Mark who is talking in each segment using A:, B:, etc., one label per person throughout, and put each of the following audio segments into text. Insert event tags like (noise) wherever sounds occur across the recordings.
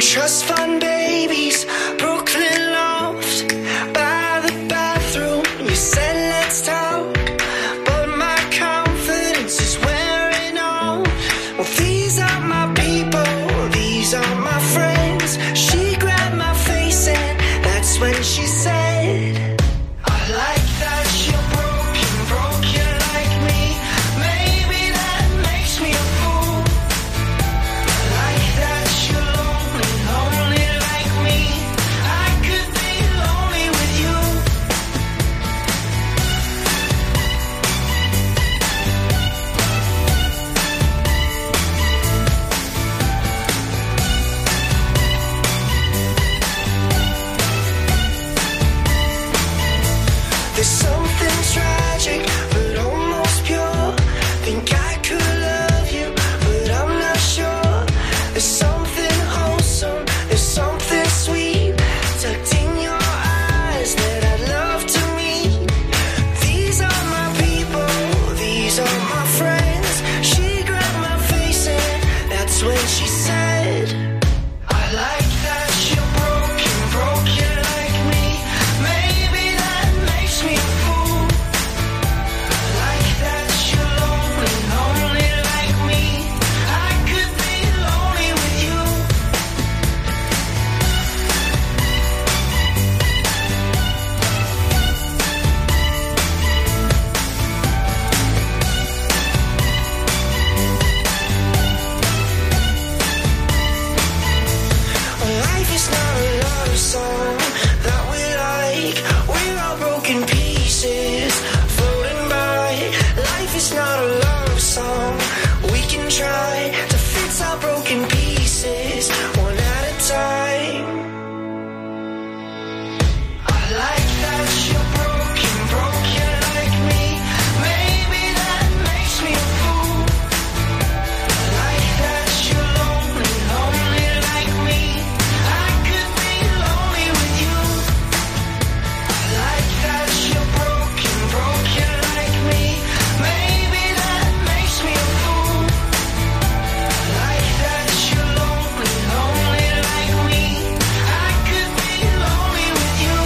A: Trust fund babies, Brooklyn loft, by the bathroom. You said let's talk, but my confidence is wearing on. Well, these are my people, these are my friends. She grabbed my face, and that's when she said. I like that you're broken, broken like me. Maybe that makes me a fool. Like that you're lonely, lonely like me. I could be lonely with you. There's something tragic, but almost pure. Think I could love you, but I'm not sure. There's something wholesome, there's something sweet. Tucked in your eyes that I'd love to meet. These are my people, these are my friends. She grabbed my face, and that's when she said. I like that you're broken, broken like me. Maybe that makes me a fool. Like that you're lonely, lonely like me. I could be lonely with you. Life is not a love song that we like. We're all broken pieces floating by. Life is not a love song. We can try to fix our broken pieces one at a time. I like that you're broken, broken like me. Maybe that makes me a fool. Like that you're lonely, lonely like me. I could be lonely with you. Like that you're broken, broken like me. Maybe that makes me a fool. Like that you're lonely, lonely like me. I could be lonely with you.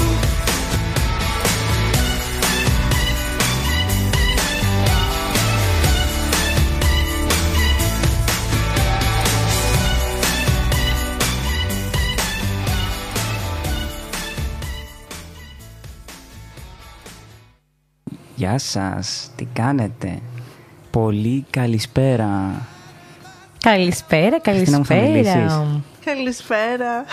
B: Γεια σας, τι κάνετε. Πολύ καλησπέρα.
C: Καλησπέρα,
B: Χριστίνα μου, θα
C: καλησπέρα.
B: μιλήσεις?
D: Καλησπέρα.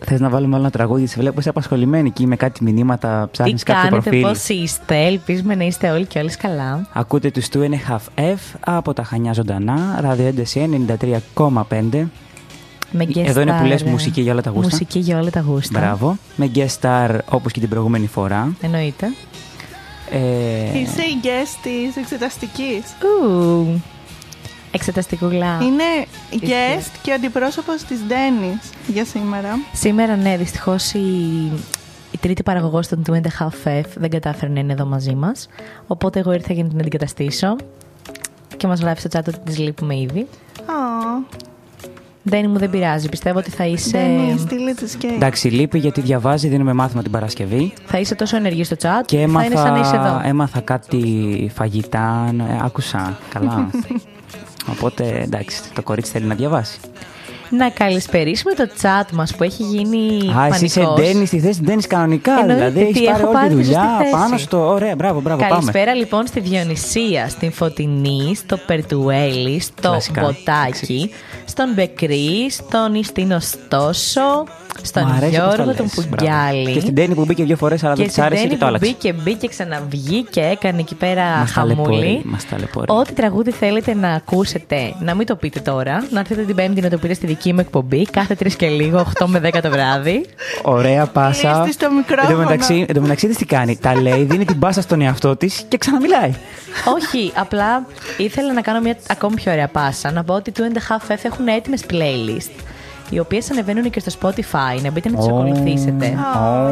B: Θες να βάλουμε άλλο ένα τραγούδι, σε βλέπω είσαι απασχολημένη και με κάτι μηνύματα,
C: Τι
B: ψάχνεις κάποιο
C: κάνετε,
B: προφίλ.
C: πώς είστε, ελπίζουμε να είστε όλοι και όλες καλά.
B: Ακούτε τους του είναι Half F από τα Χανιά Ζωντανά, ραδιέντεση 93,5.
C: Με guest
B: Εδώ είναι που
C: star,
B: λες
C: ε,
B: μουσική για όλα τα γούστα.
C: Μουσική για όλα τα γούστα.
B: Μπράβο. Με guest star όπως και την προηγούμενη φορά.
C: Εννοείται.
B: Ε,
D: Είσαι η guest της εξεταστικής.
C: Ου, Εξεταστικούλα.
D: Είναι
C: guest.
D: guest και ο αντιπρόσωπος της Ντένι για σήμερα.
C: Σήμερα, ναι, δυστυχώς η, η τρίτη παραγωγός των Two and a Half F δεν κατάφερε να είναι εδώ μαζί μας. Οπότε εγώ ήρθα για να την αντικαταστήσω. Και μας γράφει στο chat ότι τη λείπουμε ήδη.
D: Ω,
C: Ντένι μου δεν πειράζει. Πιστεύω ότι θα είσαι.
D: Ντένι, στείλε τη και.
B: εντάξει, λείπει γιατί διαβάζει, δίνουμε μάθημα την Παρασκευή.
C: Θα είσαι τόσο ενεργή στο chat.
B: Και
C: θα είναι σαν να είσαι εδώ.
B: έμαθα, έμαθα κάτι φαγητά, ε, άκουσα
C: (laughs)
B: καλά. Οπότε εντάξει, το κορίτσι θέλει να διαβάσει.
C: Να καλησπερίσουμε το chat μας που έχει γίνει
B: Α, εσύ είσαι
C: πανικός.
B: Ντένις στη θέση Ντένις κανονικά.
C: Εννοείται,
B: δηλαδή
C: τι,
B: έχει πάρει
C: έχω
B: όλη τη
C: πάρει τη
B: δουλειά
C: σωστή θέση.
B: πάνω στο. Ωραία, μπράβο, μπράβο.
C: Καλησπέρα λοιπόν στη Διονυσία, στην Φωτεινή, στο Περτουέλη, στο
B: Κλασικά.
C: Μποτάκι, στον Μπεκρή, στον Ιστίνο Στόσο, στον
B: Μου αρέσει όπως το
C: Γιώργο,
B: λες,
C: τον
B: μπράβο.
C: Πουγγιάλη.
B: Και στην Ντένι που μπήκε δύο φορές, αλλά
C: και
B: δεν της
C: στην
B: άρεσε
C: Τέννη
B: και το
C: που
B: άλλαξε.
C: μπήκε, μπήκε, ξαναβγήκε, έκανε εκεί πέρα
B: Μας ταλαιπωρεί,
C: χαμούλη.
B: μας ταλαιπωρεί.
C: Ό,τι τραγούδι θέλετε να ακούσετε, να μην το πείτε τώρα, να έρθετε την Πέμπτη να το πείτε στη δική μου εκπομπή, κάθε τρεις και λίγο, 8 με 10 το βράδυ.
B: Ωραία πάσα.
D: Κλείστη στο μικρόφωνο.
B: Εν τω μεταξύ, εν τω μεταξύ της τι κάνει. Τα λέει, δίνει την πάσα στον εαυτό της και ξαναμιλάει.
C: Όχι, απλά ήθελα να κάνω μια ακόμη πιο ωραία πάσα. Να πω ότι Two and a Half F έχουν έτοιμες playlist. οι οποίες ανεβαίνουν και στο Spotify. Να μπείτε να τις
B: Ω.
C: ακολουθήσετε.
B: Ω.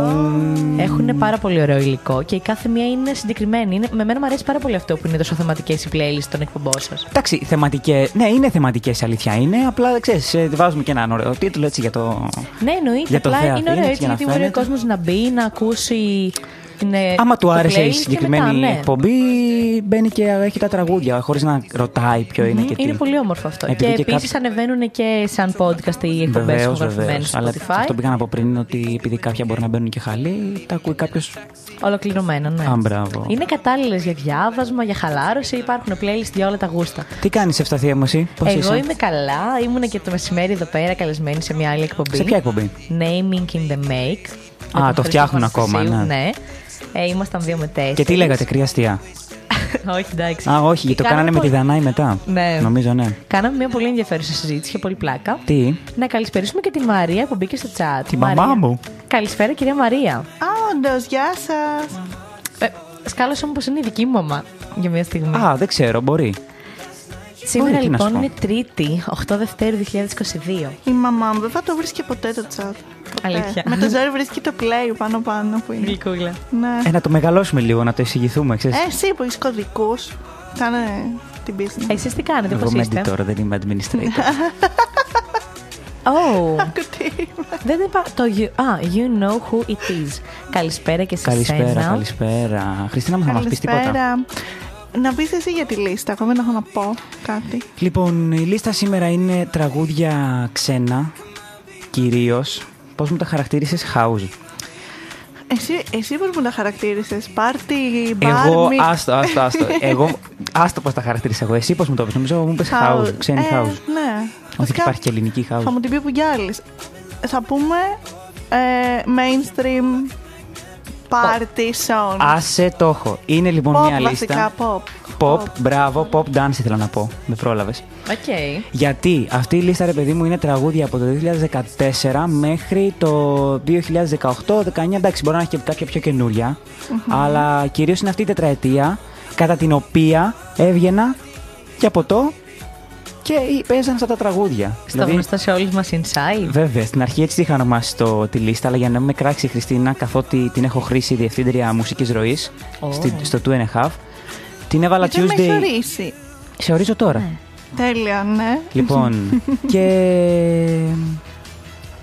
C: Έχουν πάρα πολύ ωραίο υλικό και η κάθε μία είναι συγκεκριμένη. Είναι, με μένα μου αρέσει πάρα πολύ αυτό που είναι τόσο θεματικές οι playlist των εκπομπών σας.
B: Εντάξει, θεματικέ. Ναι, είναι θεματικές η αλήθεια είναι. Απλά ξέρεις, βάζουμε και έναν ωραίο τίτλο έτσι για το.
C: Ναι, εννοείται.
B: Για το
C: απλά
B: θέατρο,
C: είναι ωραίο
B: είναι,
C: έτσι
B: για να
C: γιατί μπορεί ο
B: φαίνεται.
C: κόσμος να μπει, να ακούσει. Την, ε,
B: Άμα του
C: το
B: άρεσε
C: playlist
B: η
C: και
B: συγκεκριμένη
C: μετά, ναι.
B: εκπομπή, μπαίνει και έχει τα τραγούδια χωρίς να ρωτάει ποιο είναι και τι.
C: Είναι πολύ όμορφο αυτό.
B: Επειδή
C: και
B: και
C: επίσης
B: κάποιοι-
C: ανεβαίνουν και σαν podcast οι εκπομπές
B: Βεβαίως,
C: που γραφημένε
B: βεβαίως.
C: στο
B: Αλλά
C: Spotify.
B: αυτό πήγα να πω πριν είναι ότι επειδή κάποια μπορεί να μπαίνουν και χαλί, τα ακούει κάποιος.
C: Ολοκληρωμένα, ναι.
B: Α, μπράβο.
C: Είναι κατάλληλες για διάβασμα, για χαλάρωση. Υπάρχουν playlist για όλα τα γούστα.
B: Τι κάνεις ευσταθία μου εσύ, πώς
C: Εγώ
B: είσαι.
C: είμαι καλά. Ήμουνα και το μεσημέρι εδώ πέρα καλεσμένη σε μια άλλη εκπομπή. Ε,
B: Σε ποια εκπομπή?
C: Naming in the Make. με τον
B: το
C: Χρήστο
B: φτιάχνουν ακόμα,
C: Αναστασίου,
B: ναι.
C: Ε, ήμασταν δύο με τέσσερις.
B: Και τι λέγατε, κρυαστία.
C: (laughs) όχι, εντάξει.
B: Α, όχι, το κάνανε με τη
C: πολύ-
B: Δανάη μετά.
C: Ναι.
B: Νομίζω, ναι.
C: Κάναμε μια πολύ ενδιαφέρουσα συζήτηση και πολύ πλάκα.
B: Τι?
C: Να καλησπέρισουμε και τη Μαρία που μπήκε στο chat.
B: Τη μαμά
C: Μαρία.
B: μου.
C: Καλησπέρα, κυρία Μαρία.
D: Α, όντως, γεια σας.
C: Ε, σκάλωσα μου πως είναι η δική μου μαμά για μια στιγμή.
B: Α, δεν ξέρω, μπορεί.
C: Σήμερα
B: τι να
C: λοιπόν
B: σου πω.
C: είναι Τρίτη, 8 Δευτέρου 2022.
D: Η μαμά μου δεν θα το βρίσκει ποτέ το chat. Ποτέ.
C: Αλήθεια.
D: Με το ζόρι βρίσκει το play πάνω-πάνω που είναι.
C: Γλυκούλα.
D: Ναι.
B: Ε, να το μεγαλώσουμε λίγο, να το εισηγηθούμε, ξέρεις.
D: Ε, εσύ που έχει κωδικού. Κάνε την business.
C: Εσεί Ε, τι κάνετε,
B: Εγώ
C: πώς
B: είμαι
C: είστε.
B: editor, δεν είμαι
C: (laughs)
B: administrator.
C: Oh,
D: Κουτί.
C: δεν είπα το. you- Α, you know who it is. Καλησπέρα και σε
B: καλησπέρα,
C: σένα.
B: καλησπέρα. Χριστίνα μου, θα μας πεις τίποτα.
D: Καλησπέρα. Να πεις εσύ για τη λίστα. Εγώ δεν έχω να πω κάτι.
B: Λοιπόν, η λίστα σήμερα είναι τραγούδια ξένα, κυρίως. Πώς μου τα χαρακτήρισες, house.
D: Εσύ, εσύ πώς μου τα χαρακτήρισες. Πάρτι, μπαρ,
B: Εγώ,
D: mix,
B: άστο, άστο,
D: (laughs)
B: άστο. εγώ, άστο πώς τα χαρακτήρισα εγώ. Εσύ πώς μου το πεις, νομίζω μου είπε
D: house.
B: house, ξένη
D: Ε,
B: house.
D: Ναι.
B: Όχι,
D: Βασικά,
B: υπάρχει και ελληνική
D: Θα
B: house.
D: μου την πει που γυάλεις. Θα πούμε ε, mainstream party song.
B: Άσε το έχω. Είναι λοιπόν
D: pop
B: μια λίστα.
D: βασικά, pop.
B: Pop, μπράβο, pop dance ήθελα να πω. Με πρόλαβες. Δηλαδή-
C: Οκ.
B: Γιατί αυτή η λίστα, ρε παιδί μου, είναι τραγούδια από το 2014 μέχρι το 2018-19. Εντάξει, μπορεί να έχει και κάποια πιο καινούρια. Αλλά κυρίως είναι αυτή η τετραετία κατά την οποία έβγαινα και από το και παίζαν αυτά τα τραγούδια. Δηλαδή,
C: Στο γνωστό σε όλους μας inside.
B: Βέβαια, στην αρχή έτσι είχα ονομάσει το, τη λίστα, αλλά για να μην με κράξει η Χριστίνα, καθότι την έχω χρήσει διευθύντρια μουσικής ροής
C: Ω.
B: στο Two and a Half. Την έβαλα
D: Δεν με έχει
B: Tuesday.
D: ορίσει.
B: Σε ορίζω τώρα.
D: Τέλεια, ναι.
C: (laughs)
B: Λοιπόν, και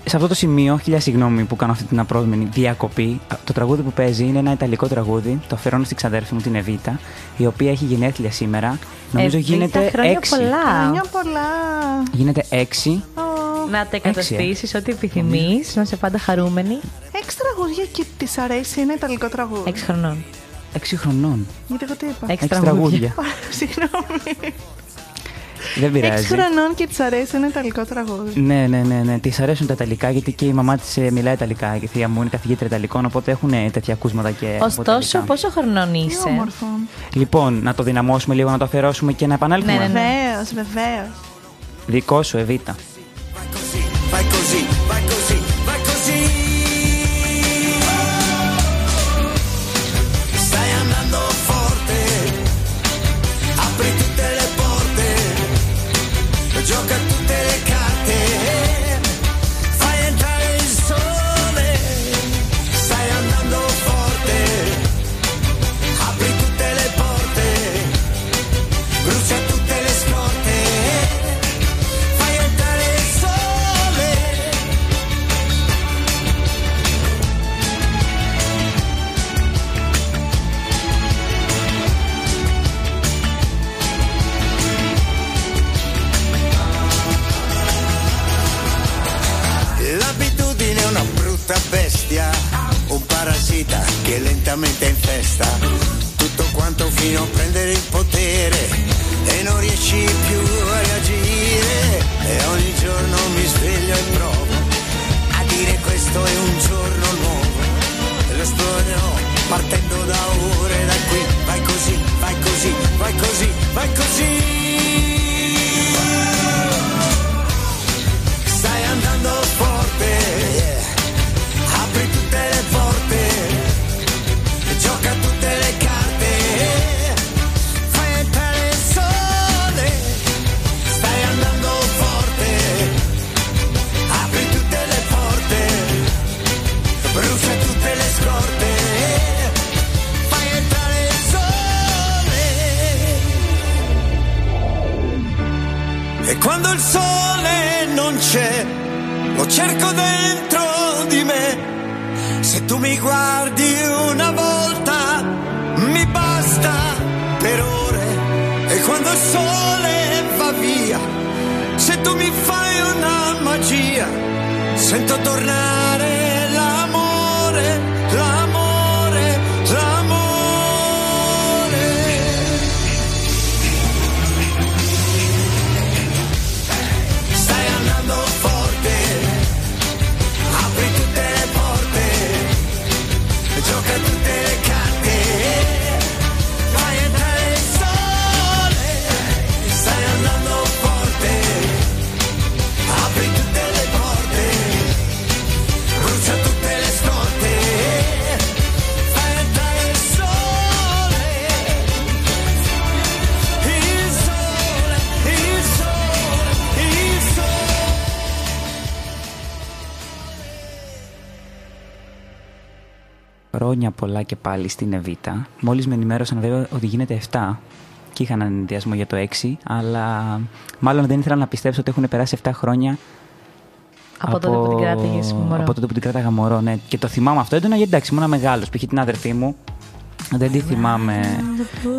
B: σε αυτό το σημείο, χίλια συγγνώμη που κάνω αυτή την απρόσμενη διακοπή, το τραγούδι που παίζει είναι ένα ιταλικό τραγούδι, το αφιερώνω στην ξαδέρφη μου την Εβίτα, η οποία έχει γενέθλια σήμερα. Νομίζω
C: Εβίτα,
B: γίνεται
C: Ε, χρόνια
B: 6.
C: πολλά.
D: Μια πολλά.
B: Γίνεται 6.
C: Να τα
B: ε.
C: εκαταστήσει ό,τι επιθυμείς, να είσαι πάντα χαρούμενη.
D: Έξι τραγούδια και της αρέσει ένα ιταλικό τραγούδι.
C: 6 χρονών.
B: 6 χρονών.
D: Γιατί εγώ τι είπα.
C: Έξι
B: 6
C: τραγούδια.
B: τραγούδια.
D: Ωραία, Συγγνώμη.
B: Δεν
D: Έξι
B: πειράζει.
D: χρονών και της αρέσει ένα ιταλικό τραγούδι.
B: Ναι, ναι, ναι, ναι. Της αρέσουν τα Ιταλικά γιατί και η μαμά της μιλάει Ιταλικά. Και η θεία μου είναι καθηγήτρια Ιταλικών, οπότε έχουν τέτοια ακούσματα και. από
C: Ωστόσο,
B: Ιταλικά.
C: πόσο χρονών
D: Τι
C: είσαι.
D: όμορφο.
B: Λοιπόν, να το δυναμώσουμε λίγο, να το αφαιρώσουμε και να επανέλθουμε.
C: Ναι, ναι, ναι.
D: Βεβαίως, βεβαίως.
B: Δικό σου, Εβίτα.
A: Vai così, vai così, vai così. Stai andando forte, apri tutte le porte, gioca tutte le carte, fai entrare il sole. Stai andando forte, apri tutte le porte, brucia tutte le scorte. Fai entrare il sole
E: L'abitudine è una brutta bestia, un parassita che lentamente infesta tutto quanto fino a prendere il potere e non riesci più a reagire e ogni giorno mi sveglio e provo a dire questo è un giorno nuovo e lo esplorerò partendo da ora e da qui vai così, vai così, vai così, vai così stai andando forte, yeah. apri tutte le porte, gioca tutte le carte, Lo cerco dentro di me. Se tu mi guardi una volta, mi basta per ore. E quando il sole va via, se tu mi fai una magia, sento tornare l'amore, l'amore, l'amore. Stai andando forte, apri tutte le porte, gioca tutte le carte, fai entrare il sole. Stai andando forte, apri tutte le porte, brucia tutte le storte, fai entrare il sole. Il sole, il sole, il sole.
B: Χρόνια πολλά και πάλι στην Εβίτα. Μόλις με ενημέρωσαν βέβαια ότι γίνεται 7 και είχαν έναν ενδιασμό για το 6, αλλά μάλλον δεν ήθελα να πιστέψω ότι έχουν περάσει 7 χρόνια.
C: Από τότε που την κράτηγες μωρό.
B: Από τότε που την κράταγα μωρό, ναι. Και το θυμάμαι αυτό έντονα γιατί εντάξει, ήμουν μεγάλος. Π.χ. την αδερφή μου δεν τη θυμάμαι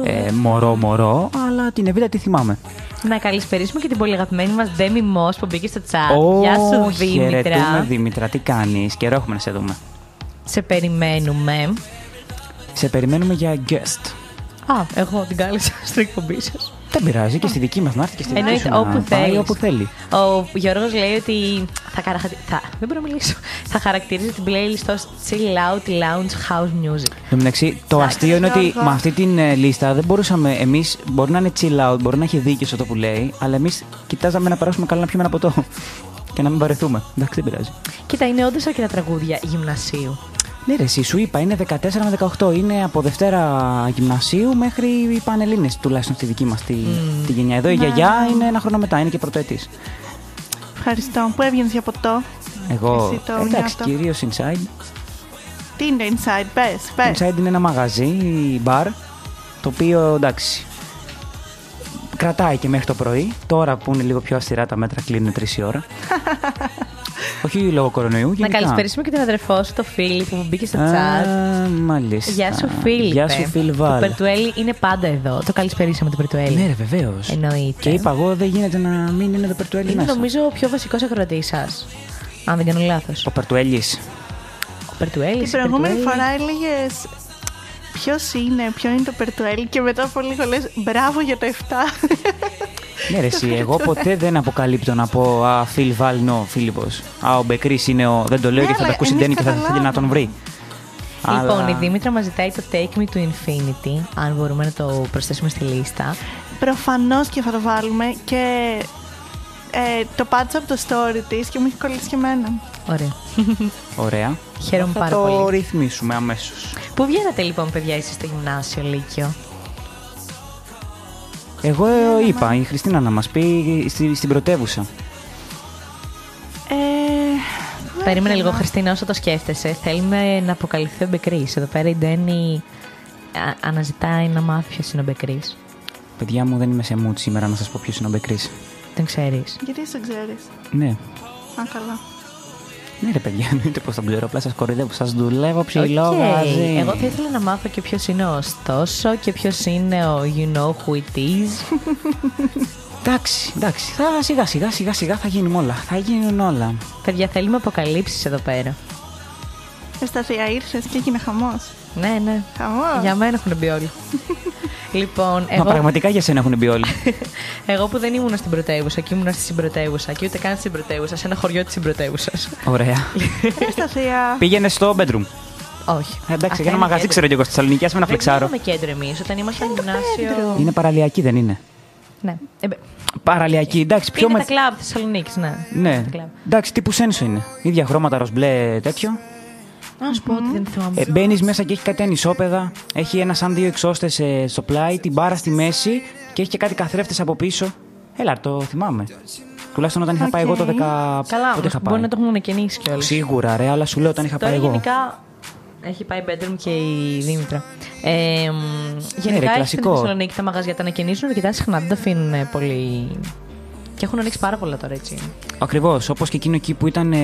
B: ε, μωρό μωρό, αλλά την Εβίτα τη θυμάμαι.
C: Να καλησπερίσουμε και την πολύ αγαπημένη μας Ντέμι Μό που μπήκε στο chat. Γεια
B: Ω,
C: σου,
B: Χαιρετούμε,
C: Δήμητρα.
B: Δήμητρα, τι κάνεις. Καιρό έχουμε να σε δούμε.
C: Σε περιμένουμε.
B: Σε περιμένουμε για guest.
C: Α, εγώ την κάλεσα (laughs) στην εκπομπή σας.
B: Δεν πειράζει και στη δική μας να έρθει και στη δική
C: Εννοείται
B: σου να
C: όπου
B: πάει,
C: θέλεις.
B: όπου θέλει.
C: Ο Γιώργος λέει ότι θα, καραχα... θα... Δεν μπορώ να μιλήσω. θα χαρακτηρίζει την playlist ως chill out lounge house music.
B: Εν τω μεταξύ, το αστείο είναι ότι με αυτή την ε, λίστα δεν μπορούσαμε εμείς. Μπορεί να είναι chill out, μπορεί να έχει δίκιο σε αυτό που λέει, αλλά εμείς κοιτάζαμε να περάσουμε καλά να πιούμε ένα ποτό. (laughs) Και να μην βαρεθούμε. Εντάξει, δεν πειράζει.
C: Κοίτα, είναι όντως αρκετά τραγούδια γυμνασίου.
B: Ναι, ρε, εσύ σου είπα, είναι 14 με 18. Είναι από Δευτέρα γυμνασίου μέχρι οι Πανελίνε, τουλάχιστον στη δική μας τη, τη γενιά. Εδώ η
D: Ναι,
B: γιαγιά είναι ένα χρόνο μετά, είναι και πρωτοετής.
D: Ευχαριστώ. Πού έβγαινες για ποτό.
B: Εγώ.
D: Εσύ το
B: Εντάξει,
D: νιώτο.
B: κυρίως inside.
D: Τι είναι inside, πες, πες.
B: Inside είναι ένα μαγαζί, μπαρ, το οποίο εντάξει. Κρατάει και μέχρι το πρωί. Τώρα που είναι λίγο πιο αυστηρά τα μέτρα, κλείνουν 3 η
C: (laughs)
B: ώρα. Όχι λόγω κορονοϊού, γενικά.
C: Να καλησπερίσουμε και τον αδερφό σου, τον Φίλιπ, που μπήκε στο chat.
B: Α, Μάλιστα.
C: Γεια σου, Φίλιπ.
B: Γεια σου, Φίλιπ
C: Το
B: Βάλ.
C: Περτουέλι είναι πάντα εδώ. Το καλησπερίσαμε το Περτουέλι.
B: Ναι, ρε, βεβαίως.
C: Εννοείται.
B: Και είπα εγώ, δεν γίνεται να μην είναι το Περτουέλι
C: Είναι
B: μέσα.
C: νομίζω ο πιο βασικός ακροατής σας. Αν δεν κάνω λάθος.
B: Ο Περτουέλι.
C: Ο Περτουέλης.
D: Την προηγούμενη φορά έλεγες ποιος είναι, ποιο είναι το Περτουέλ και μετά από λίγο λες μπράβο για το
B: (laughs)
D: 7.
B: Ναι, ρε, εσύ, εγώ ποτέ δεν αποκαλύπτω να πω Α, Φίλ Βάλ, νο, Φίλιππο. Α, ο Μπεκρή είναι ο. Δεν το λέω γιατί
D: Ναι,
B: θα τα
D: αλλά
B: ακούσει
D: εμείς
B: Ντένι και θα θέλει
D: καταλάβαμε.
B: να τον βρει.
C: Λοιπόν,
B: Αλλά-
C: η Δήμητρα μας ζητάει το Take Me to Infinity, αν μπορούμε να το προσθέσουμε στη λίστα.
D: Προφανώς και θα το βάλουμε και ε, το πάτησα από το story της και μου έχει κολλήσει και εμένα.
C: Ωραία.
B: Ωραία.
C: Χαίρομαι
B: θα
C: πάρα
B: το
C: πολύ.
B: ρυθμίσουμε αμέσως.
C: Πού βγαίνατε λοιπόν, παιδιά, εσείς στο γυμνάσιο Λύκειο.
B: Εγώ
C: Ναι,
B: ε, είπα, η Χριστίνα να μας πει στη, στην πρωτεύουσα.
D: Ε,
C: Περίμενε λίγο, Χριστίνα, όσο το σκέφτεσαι. Θέλουμε να αποκαλυφθεί ο Μπεκρή. Εδώ πέρα η Ντένι α- αναζητάει να μάθει ποιος είναι ο Μπεκρή.
B: Παιδιά μου, δεν είμαι σε mood σήμερα να σας πω ποιος είναι ο Μπεκρή.
C: Τον ξέρεις.
D: γιατί εσύ το ξέρεις.
B: Ναι.
D: Α, καλά.
B: Ναι, ρε παιδιά, (laughs) εννοείται πως τον ξέρω. Απλά σας κορυδεύω, σας δουλεύω ψηλό
C: Οκ.
B: μαζί.
C: Εγώ θα ήθελα να μάθω και ποιος είναι ο Ωστόσο και ποιος είναι ο You know who it is.
B: Εντάξει, εντάξει. Θα, σιγά, σιγά, σιγά, σιγά θα γίνουν όλα. Θα γίνουν όλα.
C: Παιδιά, θέλουμε αποκαλύψεις εδώ πέρα.
D: Εσταθία ήρθε και έγινε χαμός.
C: Ναι, ναι.
D: Χαμός.
C: Για μένα έχουν μπει όλοι. λοιπόν,
B: Μα
C: εγώ,
B: πραγματικά για σένα έχουν μπει όλοι.
C: (laughs) εγώ που δεν ήμουν στην πρωτεύουσα και ήμουν στη συμπρωτεύουσα και ούτε καν στην πρωτεύουσα, σε ένα χωριό της συμπρωτεύουσα.
B: Ωραία. (laughs)
D: Εσταθία.
B: Πήγαινε στο bedroom.
C: Όχι.
B: Ε, Εντάξει,
C: Αυτά
B: για ένα
C: είναι
B: μαγαζί
C: κέντρο.
B: ξέρω κι εγώ στη Θεσσαλονίκη, άσε με να
C: Δεν
B: φλεξάρω.
C: είχαμε κέντρο εμείς όταν ήμασταν
D: κέντρο.
C: γυμνάσιο.
B: Είναι παραλιακή, δεν είναι.
C: Ναι. Ε, μπε-
B: Παραλιακή, εντάξει, πιο
C: είναι
B: με.
C: τα κλαμπ Θεσσαλονίκης, ναι.
B: Ναι.
C: Τα κλαμπ.
B: Εντάξει, τύπου σένσο είναι. ίδια χρώματα, ροζμπλε τέτοιο.
C: Να σου πω ότι δεν θυμάμαι.
B: Ε, Μπαίνεις μέσα και έχει κάτι ανισόπεδα. Έχει ένα σαν δύο εξώστες στο πλάι, την μπάρα στη μέση και έχει και κάτι καθρέφτες από πίσω. Έλα, το θυμάμαι. Τουλάχιστον όταν είχα πάει εγώ το 10.
C: Καλά,
B: πότε είχα
C: μπορεί
B: πάει.
C: να το έχουν καινήσει κιόλας.
B: Σίγουρα, ρε, αλλά σου λέω όταν είχα
C: Τώρα
B: πάει εγώ.
C: γενικά έχει πάει bedroom και η Δήμητρα. Ε, μ, γενικά έχει στην
B: κλασικό.
C: Θεσσαλονίκη τα μαγαζιά τα ανακαινίζουν αρκετά συχνά, δεν τα αφήνουν ε, πολύ Και έχουν ανοίξει πάρα πολλά τώρα έτσι.
B: Ακριβώς. Όπως και εκείνο εκεί που ήταν. Ε,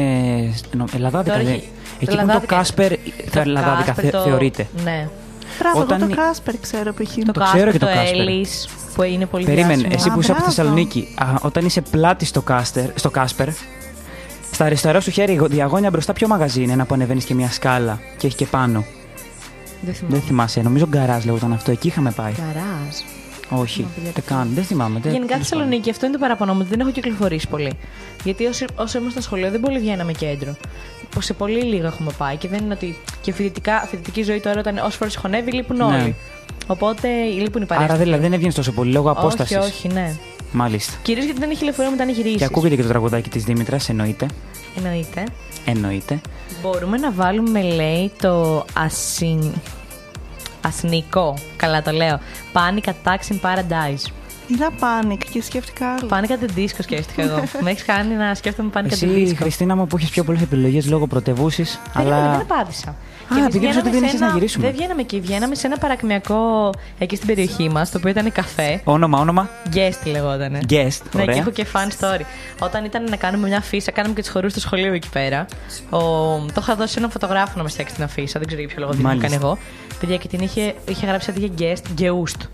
B: νο- Ελλαδάδικα.
C: Τώρα
B: δεν-
C: έχει-
B: Εκεί που το
C: Ελλαδάδικα-
B: Κάσπερ.
C: Το
B: Τα Ελλαδάδικα
C: Κάσπερ,
B: θε-
C: το-
B: θεωρείται.
C: Ναι.
D: Μπράβο,
B: Όταν
D: εγώ
B: η-
D: το Κάσπερ ξέρω π.χ.
B: Το ξέρω και το Κάσπερ.
C: Έλλης, που είναι πολύ
B: Περίμενε,
C: διάσημο.
B: εσύ που είσαι από τη
D: μπράβο.
B: Θεσσαλονίκη, α, όταν είσαι πλάτη στο, κάστερ, στο Κάσπερ, στα αριστερά σου χέρι, διαγώνια μπροστά, ποιο μαγαζί είναι ένα που ανεβαίνεις και μια σκάλα και έχει και πάνω.
C: Δεν θυμάμαι.
B: Δεν θυμάσαι, νομίζω γκαράζ λέγονταν αυτό, εκεί είχαμε πάει.
C: Καράζ.
B: Όχι, δεν κάνω, δεν θυμάμαι. δεν-
C: Γενικά στη
B: Ναι, τέλος πάντων.
C: Θεσσαλονίκη αυτό είναι το παραπονό μου, ότι δεν έχω κυκλοφορήσει πολύ. Γιατί όσο, όσο ήμουν στο σχολείο δεν πολύ βγαίναμε κέντρο. Που Σε πολύ λίγα έχουμε πάει και δεν είναι ότι. και φοιτητικά, φοιτητική ζωή τώρα όταν όσε φορές χωνεύει λείπουν όλοι.
B: Ναι.
C: Οπότε λείπουν οι παρέε.
B: Άρα δηλαδή δεν έβγαινε τόσο πολύ λόγω απόστασης.
C: Όχι, όχι, ναι.
B: Μάλιστα.
C: Κυρίως γιατί δεν έχει λεωφορείο μετά να γυρίσει.
B: Και ακούγεται και το τραγουδάκι της Δήμητρας, εννοείται.
C: Εννοείται.
B: Εννοείται.
C: Μπορούμε να βάλουμε, λέει, το ασυν... ασυνικό. Καλά το λέω. Panic Attacks in Paradise.
D: Είδα πάνικ και σκέφτηκα άλλο.
C: Panic at the Disco σκέφτηκα
B: (laughs)
C: εγώ. Με έχεις κάνει να σκέφτομαι Panic at the
B: Εσύ,
C: Disco.
B: Χριστίνα μου, που έχεις πιο πολλές επιλογές λόγω πρωτεύουσης,
C: Περίμενε,
B: αλλά.
C: δεν απάντησα.
B: επειδή
C: εμείς
B: είπες ότι δεν
C: βγαίναμε σε
B: ήθελες να
C: ένα-
B: γυρίσουμε.
C: Δεν βγαίναμε και βγαίναμε σε ένα παρακμιακό εκεί στην περιοχή μας, το οποίο ήταν καφέ.
B: Όνομα, όνομα.
C: Guest λεγότανε.
B: Guest,
C: Ναι,
B: ωραία.
C: και έχω και fan story. Όταν ήταν να κάνουμε μια αφίσα, κάναμε και τους χορούς του σχολείου εκεί πέρα. Ο, το είχα δώσει σε έναν φωτογράφο να μας φτιάξει την αφίσα. Δεν ξέρω για ποιο λόγο δεν την
B: Μάλιστα.
C: έκανε εγώ. Παιδιά, και την είχε, είχε γράψει αντί για guest, geust.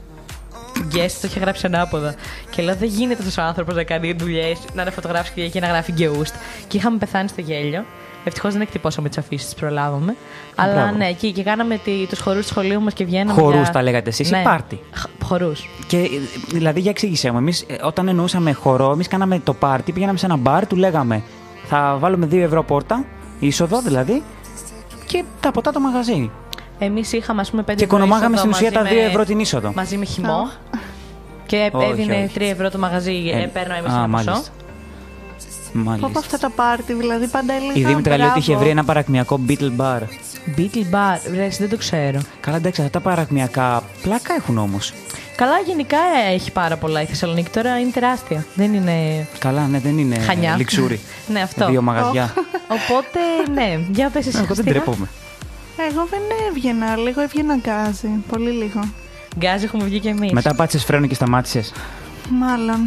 C: Guest το είχε γράψει ανάποδα. Και λέω: Δεν γίνεται αυτός ο άνθρωπος να κάνει δουλειές, να είναι φωτογράφο και εκεί να γράφει geust. Και είχαμε πεθάνει στο γέλιο. Ευτυχώς δεν εκτυπώσαμε τις αφήσεις, τις προλάβαμε. Αλλά
B: Μπράβο.
C: ναι, εκεί και κάναμε τους χορούς του σχολείου μας και βγαίναμε.
B: Χορούς
C: για-
B: τα λέγατε εσείς ή
C: Ναι.
B: πάρτι?
C: Χορούς.
B: Και ε, δηλαδή για εξήγησέ μου, εμείς όταν εννοούσαμε χορό, εμείς κάναμε το πάρτι, πήγαμε σε ένα μπαρ, του λέγαμε θα βάλουμε 2 ευρώ πόρτα, είσοδο δηλαδή, και τα ποτά το μαγαζί.
C: Εμείς είχαμε, ας πούμε, 5
B: Και οικονομάγαμε στην ουσία τα δύο ευρώ την είσοδο.
C: Μαζί με χυμό. Και
B: Όχι,
C: έδινε
B: όχι.
C: 3 ευρώ το μαγαζί,
B: Ε,
C: ε, παίρνω εμείς
B: α,
C: ένα ποσό.
B: μάλιστα.
D: Από
B: Μάλιστα.
D: αυτά τα πάρτι, δηλαδή πάντα έλεγα.
B: Η Δήμητρα λέει ότι είχε
D: «Μπράβο».
B: βρει ένα παρακμιακό Beatle Bar.
C: Beatle Bar, ρε, εσύ δεν το ξέρω.
B: Καλά, εντάξει, αυτά τα παρακμιακά πλάκα έχουν όμως.
C: Καλά, γενικά ε, έχει πάρα πολλά η Θεσσαλονίκη τώρα, είναι τεράστια. Δεν είναι.
B: Καλά, ναι, δεν είναι
C: Χανιά.
B: λιξούρι.
C: (laughs) Ναι, αυτό.
B: Δύο μαγαζιά.
C: Οπότε, ναι, για πες εσύ.
B: Εγώ δεν
C: Χριστίνα.
B: τρέπομαι.
D: Εγώ δεν έβγαινα, λίγο έβγαινα γκάζι. Πολύ λίγο.
C: Γκάζ έχουμε βγει και εμείς.
B: Μετά πάτησες φρένο και σταμάτησες. (laughs)
D: Μάλλον.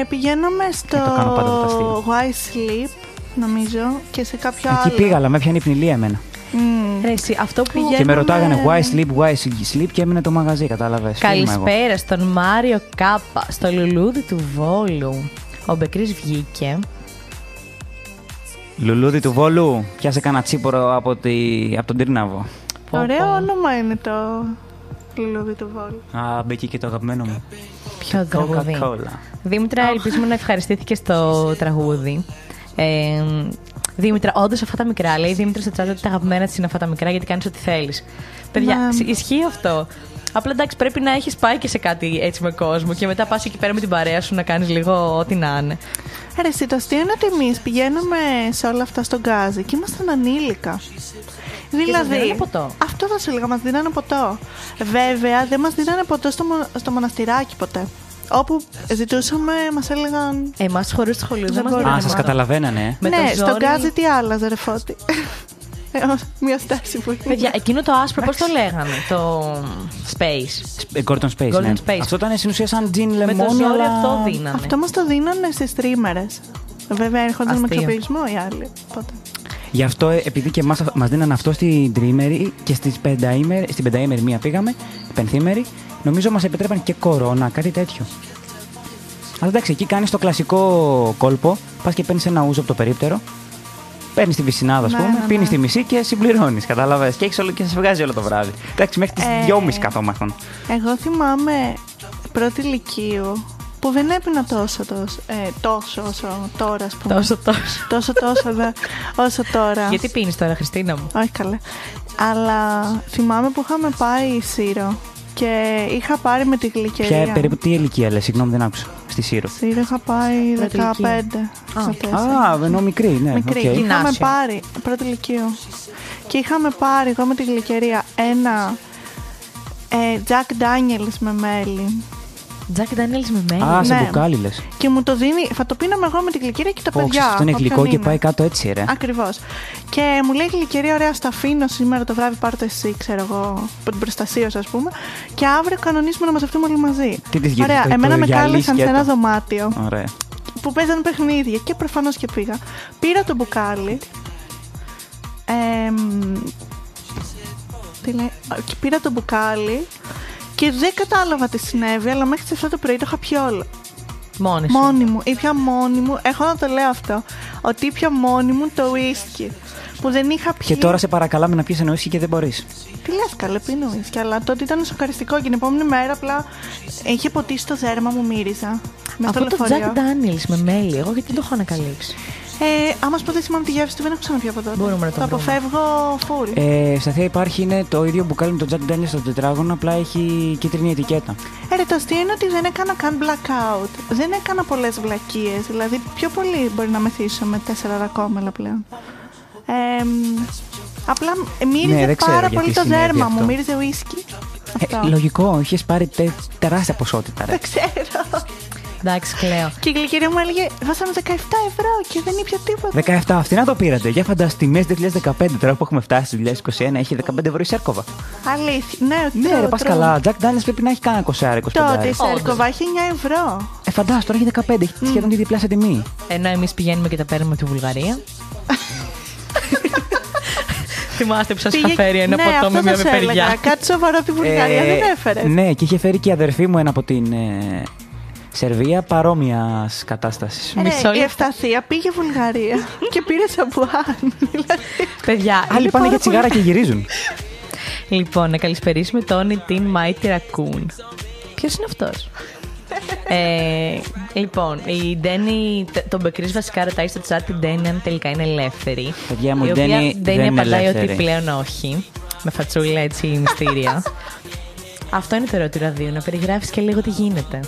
D: ε, πηγαίναμε
B: Ε, το κάνω πάντα το
D: στο
B: αστείο.
D: Why Sleep, νομίζω, και σε κάποιο άλλο.
B: Εκεί πήγα, αλλά με έπιανε η πνηλία εμένα.
D: Μμμ.
C: Ρε, εσύ, αυτό που.
D: Πηγαίνουμε-
B: Και με
C: ναι.
B: ρωτάγανε why sleep, why sleep και έμεινε το μαγαζί, κατάλαβες.
C: Καλησπέρα στον Μάριο Κάπα, στο λουλούδι του Βόλου. Ο Μπεκρή βγήκε.
B: Λουλούδι του Βόλου, πιάσε κανένα τσίπορο από, τη... από τον Τύρναβο.
C: Πω, πω.
D: Ωραίο όνομα είναι το λουλούδι του Βόλου.
B: Α, μπήκε και το αγαπημένο μου.
C: Ποιο τραγούδι.
B: Coca-Cola.
C: Δήμητρα, ελπίζουμε να ευχαριστήθηκε στο τραγούδι. Ε, Δήμητρα, όντως αυτά τα μικρά. Λέει η Δήμητρα στο chat ότι τα αγαπημένα της είναι αυτά τα μικρά γιατί κάνεις ό,τι θέλεις. Παιδιά,
D: Ναι.
C: σ- ισχύει αυτό. Απλά εντάξει, πρέπει να έχεις πάει και σε κάτι έτσι με κόσμο και μετά πας εκεί πέρα με την παρέα σου να κάνεις λίγο ό,τι να είναι.
D: Ρε, εσύ, το αστείο είναι ότι εμείς πηγαίναμε σε όλα αυτά στον γκάζι και ήμασταν ανήλικα.
C: δίνανε
D: Δηλαδή,
C: ποτό.
D: αυτό θα σου έλεγα, μας δίνανε ποτό. Βέβαια, δεν μας δίνανε ποτό στο, μο- στο μοναστηράκι ποτέ. Όπου ζητούσαμε, μας έλεγαν.
C: Εμάς του χωρί του σχολείου δεν
D: Δεν
C: μας
D: μπορώ.
B: Α, σας καταλαβαίνανε. ε.
C: Με
D: ναι,
C: το
D: στον
C: ζόρι-
D: γκάζι τι άλλαζε, ρε φώτη. Ε, Μια στάση που είχε.
C: Παιδιά, εκείνο το άσπρο, πώς το λέγανε, το space.
B: Ε, Gordon Space.
C: Gordon
B: ναι.
C: Space.
B: Αυτό ήταν στην ουσία σαν τζιν λεμόνι.
C: Με το ζόρι
B: αλλά...
C: αυτό δίνανε.
D: Αυτό μας το δίνανε στις τρίμερες. Βέβαια, έρχονταν με
C: Αστείο.
D: εξοπλισμό οι άλλοι. Οπότε.
B: Γι' αυτό ε, επειδή και μας, μας δίνανε αυτό στην τριήμερη και στις πενταήμερη, στην πενταήμερη μία πήγαμε, πενθήμερη, νομίζω μας επιτρέπαν και κορώνα, κάτι τέτοιο. Αλλά εντάξει, εκεί κάνεις το κλασικό κόλπο, πας και παίρνεις ένα ούζο από το περίπτερο, παίρνεις τη βυσινάδα, ας
D: Ναι,
B: πούμε,
D: ναι,
B: πίνεις
D: ναι.
B: τη μισή και συμπληρώνεις, κατάλαβες, και, έχεις όλο, και σας βγάζει όλο το βράδυ. Εντάξει, μέχρι τις
D: Ε.
B: δυόμιση καθόμασταν.
D: Εγώ θυμάμαι πρώτη ηλικίου που δεν έπινα τόσο, τόσο, ε, τόσο όσο τώρα, ας πούμε.
C: Τόσο, τόσο.
D: τόσο, τόσο, δε, όσο τώρα.
C: Γιατί πίνεις τώρα, Χριστίνα μου.
D: Όχι καλά. Αλλά θυμάμαι που είχαμε πάει Σύρο και είχα πάρει με τη γλυκερία.
B: Ποια περίπου τι ηλικία λες, συγγνώμη δεν άκουσα, στη Σύρο.
D: Σύρο είχα πάει
C: Πρώτη
D: 15.
C: Α.
D: στα τέσσερα.
B: Α, ενώ μικρή, ναι, οκ.
D: Ε, Μικρή. Και Είχαμε
C: Γυμνάσιο.
D: πάρει πρώτη ηλικίου. Και είχαμε πάρει εγώ με τη γλυκερία ένα ε, Jack Daniels με μέλι.
C: Τζακ Ντάνιελ με
B: Α,
C: μέλι.
B: σε
D: Ναι.
B: μπουκάλι λες.
D: Και μου το δίνει, θα το πίναμε εγώ με την κλικερία και τα
B: Φόξε,
D: παιδιά.
B: αυτό είναι
D: όποιον
B: γλυκό και
D: είναι.
B: πάει κάτω έτσι, ρε.
D: Ακριβώς. Και μου λέει η Γλυκερία, ωραία, στα αφήνω σήμερα το βράδυ, πάρτε εσύ, ξέρω εγώ, από την προστασία σου, ας πούμε. Και αύριο κανονίζουμε να μαζευτούμε όλοι μαζί.
B: Τι της γύρισες,
D: ωραία,
B: το-
D: εμένα
B: το
D: με
B: γυαλί
D: κάλεσαν σε
B: σκέτο.
D: ένα δωμάτιο
B: Ωραία.
D: που παίζανε παιχνίδια και προφανώς και πήγα. Πήρα το μπουκάλι. εμ, τι λέει, α, και πήρα το μπουκάλι και δεν κατάλαβα τι συνέβη, αλλά μέχρι τις 7 το πρωί το είχα πιει όλο.
C: Μόνη σου.
D: Μόνη μου, ήπια μόνη μου, έχω να το λέω αυτό, ότι ήπια μόνη μου το whisky που δεν είχα πιει.
B: Και τώρα σε παρακαλάμε να πιεις ένα ουίσκι και δεν μπορείς.
D: Τι λες καλέ, πίνω whisky, αλλά τότε ήταν σοκαριστικό και την επόμενη μέρα απλά είχε ποτίσει το δέρμα μου, μύριζα. Με στο
C: Αυτό το
D: λεωφορείο.
C: Jack Daniels με μέλι, εγώ γιατί το έχω ανακαλύψει.
D: Ε, άμα σου πω δεν θυμάμαι τη γεύση του, δεν έχω ξαναπεί από τότε.
C: Μπορούμε να το
D: το
C: βρούμε.
D: αποφεύγω full.
B: Ε, στα θεία υπάρχει είναι το ίδιο μπουκάλι με τον Jack Daniels στο τετράγωνο, απλά έχει κίτρινη ετικέτα.
D: Ε, ρε, το αστείο είναι ότι δεν έκανα καν blackout. Δεν έκανα πολλές βλακίες. Δηλαδή, πιο πολύ μπορεί να μεθύσω με τέσσερα ρακόμελα πλέον. Ε, μ, απλά μύριζε
B: Ναι, δεν ξέρω
D: πάρα
B: γιατί
D: πολύ το
B: συνέβη
D: δέρμα μου.
B: αυτό.
D: Μύριζε ουίσκι.
B: Ε,
D: Αυτό.
B: λογικό, είχες πάρει τε, τεράστια ποσότητα, ρε.
D: Δεν ξέρω.
C: Εντάξει, κλαίω.
D: Και η γλυκερία μου έλεγε Δώσαμε 17 ευρώ και δεν ήπια τίποτα.
B: 17 αυτήνα το πήρατε. Για φανταστείτε, τιμέ 2015 τώρα που έχουμε φτάσει το 2021 έχει 15 ευρώ η Σέρκοβα.
D: Αλήθεια. Ναι,
B: Ναι,
D: true,
B: ρε, πα
D: true.
B: καλά. Jack Daniels πρέπει να έχει κανένα 20 25.
D: Τότε η Σέρκοβα έχει 9 ευρώ.
B: Ε, φαντάζομαι τώρα έχει 15, έχει σχεδόν τη διπλάσια τιμή.
C: Ενώ εμείς πηγαίνουμε και τα παίρνουμε από τη Βουλγαρία. Θυμάστε που σας είχα
D: Πήγε-
C: φέρει ένα
D: ναι,
C: ποτό
D: αυτό
C: με μια
D: θα σου έλεγα.
C: πιπεριά.
D: Κάτι σοβαρό από τη Βουλγαρία
B: Ε,
D: δεν έφερες.
B: Ναι, και είχε φέρει και η αδερφή μου ένα από την ε, Σερβία παρόμοιας κατάστασης.
D: Ε,
C: Μισό
D: η
C: λεπτό.
D: Ευσταθία πήγε
C: (laughs)
D: Βουλγαρία και πήρε σαμπουάν. Δηλαδή,
C: Παιδιά,
B: Άλλοι πάνε για τσιγάρα και γυρίζουν.
C: Λοιπόν, να καλησπερίσουμε τον Την Mighty Raccoon. Ποιος είναι αυτός. ε, λοιπόν, η Ντένι, τε- τον Μπεκρή βασικά ρωτάει στο chat την Ντένι αν τελικά είναι ελεύθερη.
B: Παιδιά μου, η
C: η οποία
B: Ντένι δεν είναι
C: απαντάει ότι
B: ελεύθερη.
C: πλέον όχι. Με φατσούλα έτσι μυστήρια. Αυτό είναι το ερώτημα του ραδίου, να περιγράψεις και λίγο τι γίνεται.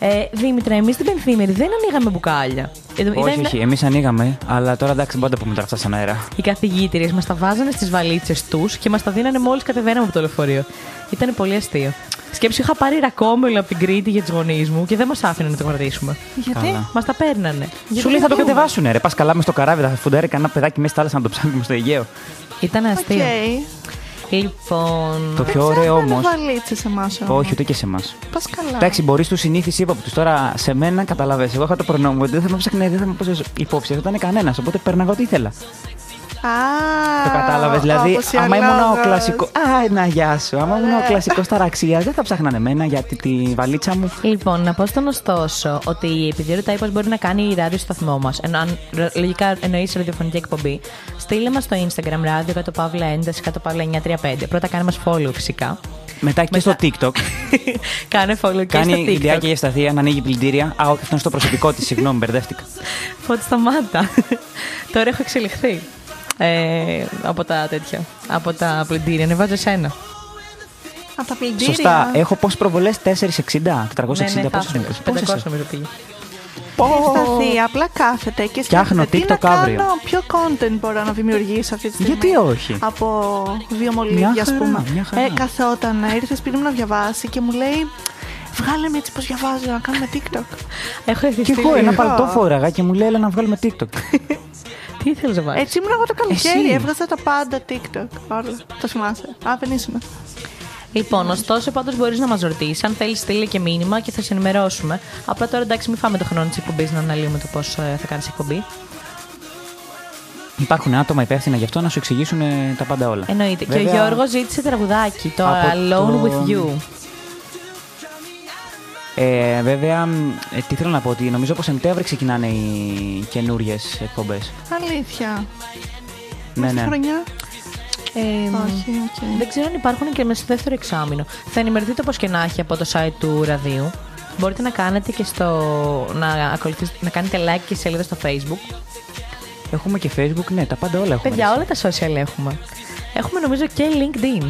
C: Ε, Δήμητρα, εμείς την Πενθήμερη δεν ανοίγαμε μπουκάλια. Ε, ήταν-
B: όχι, όχι, εμείς ανοίγαμε, αλλά τώρα εντάξει, μπορείτε να πούμε τώρα αυτά στον αέρα.
C: οι καθηγήτριες μας τα βάζανε στις βαλίτσες τους και μας τα δίνανε μόλις κατεβαίναμε από το λεωφορείο. Ήταν πολύ αστείο. Σκέψου, είχα πάρει ρακόμελο από την Κρήτη για τους γονείς μου και δεν μας άφηναν να το κρατήσουμε.
B: Καλά.
C: Μας τα παίρνανε.
B: Σου λέει θα το κατεβάσουν, ρε. Πας καλά μες στο καράβι, θα φουντάρει κανένα παιδάκι μέσα στη θάλασσα να το ψάχνουμε στο Αιγαίο.
C: Ήταν
D: Οκ.
C: αστείο. Λοιπόν.
B: Το πιο ωραίο όμω.
D: βαλίτσε σε εμάς όμως.
B: Όχι, ούτε και σε εμάς.
D: Πας καλά.
B: Εντάξει, μπορείς στου συνήθεις ύποπτους. Τώρα σε μένα καταλαβαίνεις, Εγώ είχα το προνόμιο ότι δεν θα με ψάχνει, δεν θα με πούσε υπόψη. Δεν ήταν κανένας, οπότε παίρναγα ό,τι ήθελα.
D: Α,
B: Το κατάλαβες. Δηλαδή,
D: όπως οι
B: άμα ήμουν ο
D: Αλόγας.
B: κλασικό. Α, να γεια σου. Άμα ήμουν ο κλασικό ταραξία, δεν θα ψάχνανε εμένα για τη, τη βαλίτσα μου.
C: Λοιπόν, να πω στον ωστόσο ότι επειδή ρωτάει πώς μπορεί να κάνει η ράδιο στο σταθμό μας, ενώ αν ρο- λογικά εννοείς ραδιοφωνική εκπομπή, στείλε μας στο Instagram ράδιο κάτω παύλα ένταση κάτω παύλα 935. Πρώτα κάνε μας follow (laughs) φυσικά.
B: Μετά και στο
C: Μετά.
B: TikTok.
C: κάνε follow και
B: κάνει
C: στο TikTok.
B: βιντεάκια για σταθεία να ανοίγει πλυντήρια. Α, όχι, αυτό είναι στο προσωπικό της. Συγγνώμη, μπερδεύτηκα.
C: Φώτη σταμάτα. Τώρα έχω εξελιχθεί. Ε, από τα τέτοια. Από τα πλυντήρια. Ναι, Ανεβάζω εσένα.
D: Από τα πλυντήρια.
B: Σωστά. Έχω πόσες προβολές, 460, 460,
C: θα
B: πόσε μου
C: ήθελες. 500
B: πόσες-
C: ναι, νομίζω πήγε.
D: Ευσταθία, απλά κάθεται και
B: Φτιάχνω
D: σκέφτεται τι
B: TikTok
D: να
B: αύριο.
D: κάνω, ποιο content μπορώ να δημιουργήσω αυτή τη στιγμή.
B: Γιατί όχι?
D: Από δύο μολύβια,
B: Μια
D: ας
B: χαρά,
D: πούμε.
B: μια χαρά.
D: Ε, καθόταν, ήρθε σπίτι μου να διαβάσει και μου λέει Βγάλε με έτσι πώς διαβάζω, να κάνουμε TikTok.
C: Έχω
B: Και
C: εθιστεί.
B: εγώ ένα
D: λίγο.
B: παλτό φόραγα και μου λέει «Έλα να βγάλουμε TikTok.
C: Τι ήθελες να
B: Ε.
C: βάλεις.
D: Έτσι ήμουν εγώ το καλοκαίρι.
B: Εσύ.
D: Έβγαζα τα πάντα TikTok. Όλα. Το θυμάσαι. Α, δεν ήσουν.
C: Λοιπόν, ωστόσο, πάντως μπορείς να μας ρωτήσεις. Αν θέλεις, στείλε και μήνυμα και θα σε ενημερώσουμε. Απλά τώρα εντάξει, μην φάμε το χρόνο της εκπομπής να αναλύουμε το πώς θα κάνεις εκπομπή.
B: Υπάρχουν άτομα υπεύθυνα γι' αυτό να σου εξηγήσουν ε, τα πάντα όλα.
C: Εννοείται. Και ο
B: Βέβαια,
C: Γιώργος ζήτησε τραγουδάκι. Το
B: από
C: Alone
B: το-
C: with You.
B: Ε, βέβαια, μ, ε, τι θέλω να πω, ότι νομίζω πως σεπτέμβρη ξεκινάνε οι καινούριες εκπομπές.
D: Αλήθεια.
B: Ναι,
D: Στη
B: ναι.
D: χρονιά.
C: Ε,
D: Όχι, οκ.
C: Δεν ξέρω αν υπάρχουν και μέσα στο δεύτερο εξάμεινο. Θα ενημερωθείτε όπως και να έχει από το site του ραδίου. Μπορείτε να κάνετε και στο. να, ακολουθήσετε, να κάνετε like και σελίδα στο facebook.
B: Έχουμε και Facebook, ναι, τα πάντα όλα έχουμε.
C: Παιδιά,
B: ρε.
C: όλα τα social έχουμε. Έχουμε νομίζω και LinkedIn.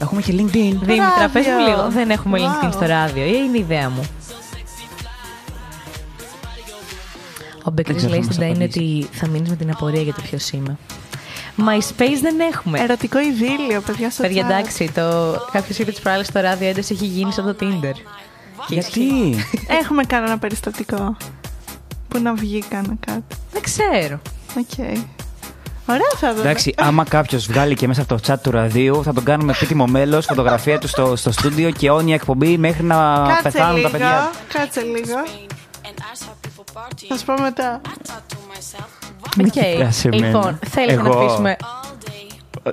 B: Έχουμε και LinkedIn.
C: Δήμητρα, πες μου
D: ράδιο.
C: λίγο. Δεν έχουμε
D: Wow.
C: LinkedIn στο ράδιο. Ή είναι η ιδέα μου. Ο Μπεκρής
B: ξέρω αν
C: λέει
B: μας
C: στην Τάιν
B: απαντήσει.
C: ότι θα μείνεις με την απορία για το ποιος είμαι. MySpace δεν
B: Ε,
C: έχουμε.
D: Ερωτικό ιδίλιο, παιδιά. στο
C: Παιδιά,
D: chat.
C: εντάξει, το... κάποιος είπε τη προάλλη στο ράδιο ένταση έχει γίνει σαν το Tinder.
B: Γιατί?
D: Έχουμε κανένα περιστατικό που να βγήκαν κάτι.
C: Δεν ξέρω.
D: Οκ. Ωραία θα δούμε.
B: Εντάξει, άμα κάποιος βγάλει και μέσα από το chat του ραδίου, θα τον κάνουμε επίτιμο μέλος, φωτογραφία του στο, στο στούντιο και όνια εκπομπή μέχρι να
D: Κάτσε
B: πεθάνουν
D: λίγο,
B: τα παιδιά.
D: κάτσε λίγο. Θα σου πω μετά.
C: Οκ.
B: κοιτάς εμένα.
C: Λοιπόν, θέλετε να
B: Εγώ.
C: αφήσουμε. All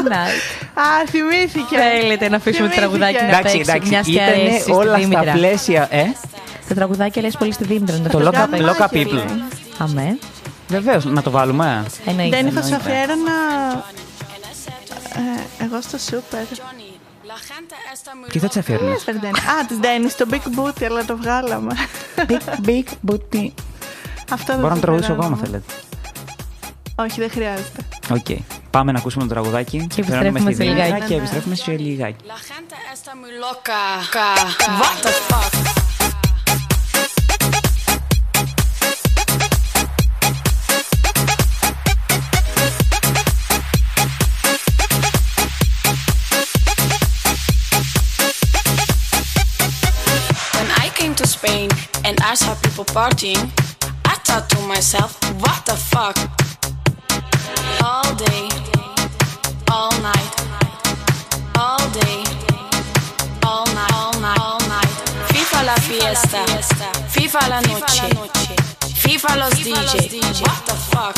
B: (laughs)
C: night.
D: Α, θυμήθηκε.
B: Ε,
C: Θέλετε να αφήσουμε το
D: Θυμήθηκε.
C: τραγουδάκι να
B: Εντάξει,
C: παίξει.
B: εντάξει,
C: μιας και αρέσει στη
B: ήταν όλα στα
C: Δήμητρα.
B: πλαίσια. Ε,
C: Τα τραγουδάκια λες πολύ στη Δήμητρα. να
B: το
C: τα
B: Loca,
D: Γαμάκι,
B: Loca
D: ρε.
B: People.
C: Αμέ.
B: Βεβαίως, να το βάλουμε.
C: Εννοείται.
D: Δεν θα σου
B: εννοείται.
D: αφιέρωνα. ε, εγώ στο σούπερ.
B: Τι θα τις αφιέρνει.
D: Σούπερ Dennis. Α, της Dennis, το Big Booty, αλλά το βγάλαμε.
B: Big, big booty.
D: Αυτό δεν
B: Μπορώ να
D: το
B: τραγουδήσω εγώ,
D: βγάλαμε.
B: άμα θέλετε.
D: Όχι, δεν χρειάζεται.
B: Οκ. Πάμε να ακούσουμε το τραγουδάκι. Και
C: επιστρέφουμε σε λιγάκι.
B: Και επιστρέφουμε σε λιγάκι.
F: La gente está muy loca. What the fuck? When I came to Spain and I saw people partying, I thought to myself, what the fuck? All day, all night all day, all night, all night, all night. FIFA la fiesta, FIFA la noche, FIFA los DJ. What the fuck?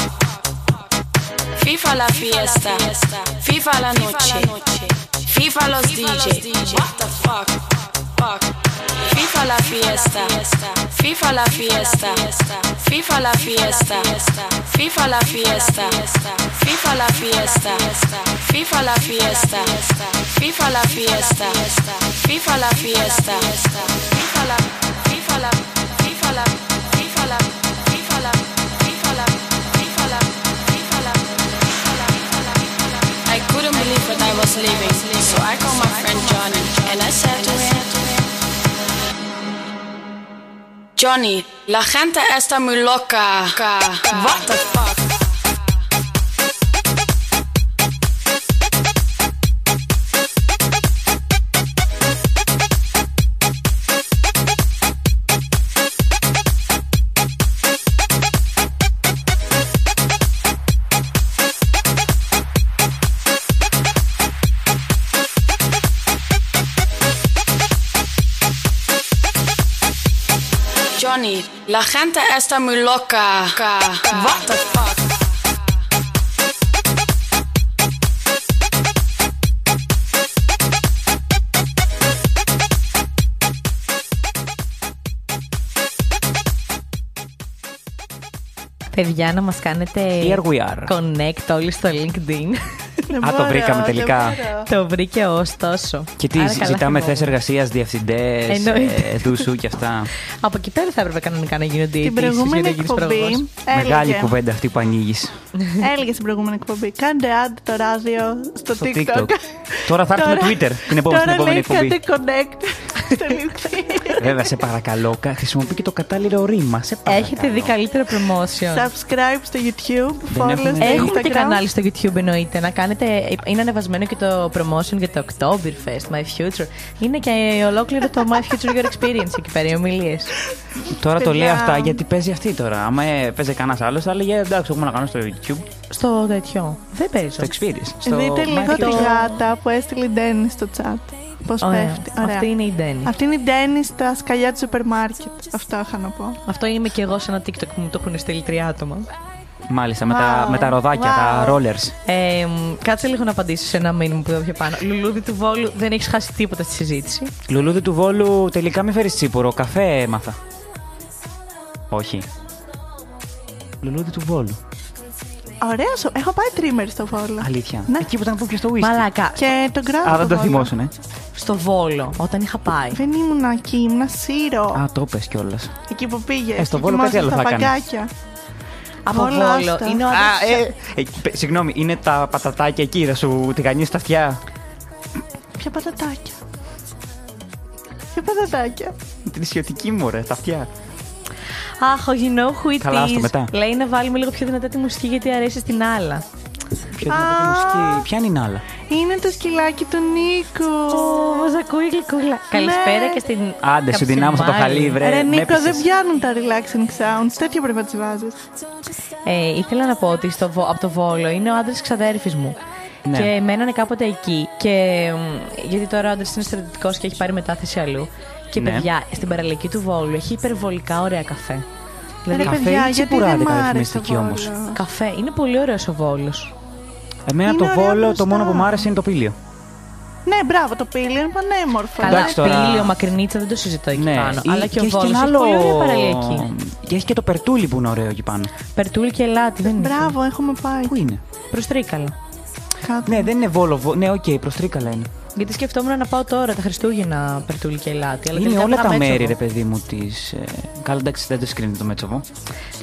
F: FIFA la fiesta, FIFA la noche, FIFA los DJ. What the fuck? Fuck. FIFA la fiesta, FIFA la fiesta, FIFA la fiesta, FIFA la fiesta, FIFA la fiesta, FIFA la fiesta, FIFA la fiesta, FIFA la fiesta, FIFA la FIFA la FIFA la FIFA la FIFA la FIFA la FIFA la FIFA la I couldn't believe that I was leaving, so I called my friend Johnny and I said to him. Johnny, la gente está muy loca. What the fuck? Johnny, la gente está muy loca. What the fuck?
C: Παιδιά, να μας κάνετε.
B: Here we are.
C: Connect όλοι στο
B: (laughs)
C: LinkedIn.
D: Δεν
B: Α, το
D: μπορώ,
B: βρήκαμε
D: δεν
B: τελικά. Ε,
D: μπορώ.
C: Το βρήκε ο, ωστόσο.
B: Και τι,
C: Άρα καλά λοιπόν.
B: ζητάμε
C: θυμόμουν.
B: θέσεις εργασίας, διευθυντές,
C: Εννοείται.
B: δούσου ε, και αυτά.
C: Από εκεί πέρα θα έπρεπε κανονικά να γίνονται οι
D: Την
C: αιτήσεις
D: προηγούμενη
C: για να γίνεις
D: εκπομπή.
C: πρόβος.
B: Μεγάλη
D: έλεγε-
B: κουβέντα αυτή που ανοίγεις.
D: Έλεγε στην προηγούμενη εκπομπή. Κάντε άντε το ράδιο στο,
B: Στο TikTok. Τώρα θα έρθουμε
D: Τώρα-
B: Twitter την επόμενη, στην
D: Τώρα
B: επόμενη
D: λέει
B: εκπομπή.
D: κάντε connect στο
B: (laughs)
D: LinkedIn.
B: Βέβαια, σε παρακαλώ, κα- χρησιμοποιεί και το κατάλληλο ρήμα. Σε παρακαλώ.
C: Έχετε δει καλύτερο promotion.
D: Subscribe στο YouTube,
B: Δεν
D: follow
B: έχουμε-
D: στο
C: Έχουμε και
D: Instagram.
C: κανάλι στο YouTube εννοείται. Να κάνετε, είναι ανεβασμένο και το promotion για το Oktoberfest, My Future. Είναι και ολόκληρο το My Future Your Experience εκεί πέρα, οι ομιλίες.
B: Τώρα το λέει
D: Παιδιά.
B: αυτά γιατί παίζει αυτή τώρα. Άμα ε, παίζει κανένας άλλος, θα έλεγε εντάξει, έχουμε να κάνουμε στο YouTube
C: Στο τέτοιο. Δεν
B: το
C: παίζει.
B: experience. Στο
D: Δείτε λίγο
B: marketing.
D: τη γάτα που έστειλε η Ντένι στο chat. Πώς πέφτει. Ωραία.
C: Αυτή είναι η Ντένις.
D: Αυτή είναι η Ντένις στα σκαλιά του σούπερ μάρκετ. Αυτό είχα να πω.
C: Αυτό είμαι και εγώ σε ένα TikTok που μου το έχουν στείλει τρία άτομα.
B: Μάλιστα, με, τα,
D: Wow.
B: με τα ροδάκια, τα
D: Wow.
B: rollers.
C: Ε, μ, κάτσε λίγο να απαντήσει σε ένα μήνυμα που εδώ πιο πάνω. Λουλούδι του Βόλου, δεν έχεις χάσει τίποτα στη συζήτηση.
B: Λουλούδι του Βόλου, τελικά μη φέρεις τσίπουρο. Καφέ έμαθα. Όχι. Λουλούδι του Βόλου.
D: Ωραίο σου. Έχω πάει τρίμερ στο Βόλο.
B: Αλήθεια.
D: Ναι.
B: Εκεί που ήταν που πιες το whisky.
C: Μαλάκα.
D: Και τον γράφω.
B: Α, δεν το
D: Βόλο.
B: θυμόσουν, ε.
C: Στο Βόλο, όταν είχα πάει.
D: Δεν ήμουν εκεί, ήμουν σύρο.
B: Α, το πες κιόλας.
D: Εκεί που πήγες.
B: Ε, στο Βόλο κάτι άλλο θα κάνεις.
C: από
D: όλα
C: Βόλο.
D: αυτά.
C: Είναι ο
B: Α, ε, ε, πε- συγγνώμη, είναι τα πατατάκια εκεί, θα σου τηγανεί τα αυτιά.
D: Ποια πατατάκια. Ποια πατατάκια.
B: Την ισιωτική μου, ρε, τα αυτιά.
C: Αχ, you know who it
B: Καλά, άστο
C: is.
B: μετά.
C: Λέει να βάλουμε λίγο πιο δυνατά τη μουσική γιατί αρέσει στην άλλα.
B: πιο δυνατή μουσική. Ποια είναι η Νάλα.
D: Είναι το σκυλάκι του Νίκου.
C: Μα ακούει γλυκούλα. Ναι. Καλησπέρα και στην.
B: Άντε, σου δυνάμωσα το
C: Καψιμάρη.
B: χαλί, βρε.
D: Ρε
B: με
D: Νίκο, δεν
B: έπεισες.
D: πιάνουν τα relaxing sounds. Τέτοια πρέπει να τις βάζεις.
C: Ε, ήθελα να πω ότι στο, Βο- από το Βόλο είναι ο άντρας της ξαδέρφης μου.
B: Ναι.
C: Και μένανε κάποτε εκεί. Και, μ, γιατί τώρα ο άντρας είναι στρατιωτικός και έχει πάρει μετάθεση αλλού. Και
B: Ναι.
C: παιδιά, στην παραλική του Βόλου έχει υπερβολικά ωραία καφέ. Δηλαδή,
D: Ρε
B: Δηλαδή καφέ
D: παιδιά,
B: ή
D: γιατί
B: τσιπουράδικα
D: δεν μ' άρεσε
B: ρυθμιστική
D: το
B: όμως.
D: Βόλο.
C: Καφέ. Είναι πολύ ωραίος ο Βόλος.
B: Εμένα
D: Είναι
B: το
D: ωραία
B: βόλο,
D: μπροστά.
B: το μόνο που μου άρεσε είναι το πήλιο.
D: Ναι, μπράβο, το πύλιο είναι πανέμορφο.
C: Καλά,
B: Εντάξει τώρα. Ναι.
C: πύλιο, μακρινίτσα, δεν το συζητώ εκεί πάνω.
B: ή-
C: αλλά και ο
B: έχει
C: Βόλος.
B: ένα
C: Έχει
B: άλλο-
C: πολύ ωραία παραλία εκεί.
B: Και έχει και το περτούλι που είναι ωραίο εκεί πάνω.
C: Περτούλη και ελάτι, δεν είναι.
D: Ναι, Μπράβο, έχουμε πάει
B: Πού είναι.
C: Προ Τρίκαλο.
D: κάτω.
B: Ναι, δεν είναι βόλο. Βο... Ναι, οκ, προ Τρίκαλα είναι.
C: Γιατί σκεφτόμουν να πάω τώρα τα Χριστούγεννα Περτούλη και ελάτι. Αλλά
B: είναι
C: τελικά
B: όλα
C: πήγαμε
B: τα
C: Μέτσοβο.
B: μέρη, ρε παιδί μου, της. Ε... Καλά, εντάξει, δεν το σκρίνει το Μέτσοβο.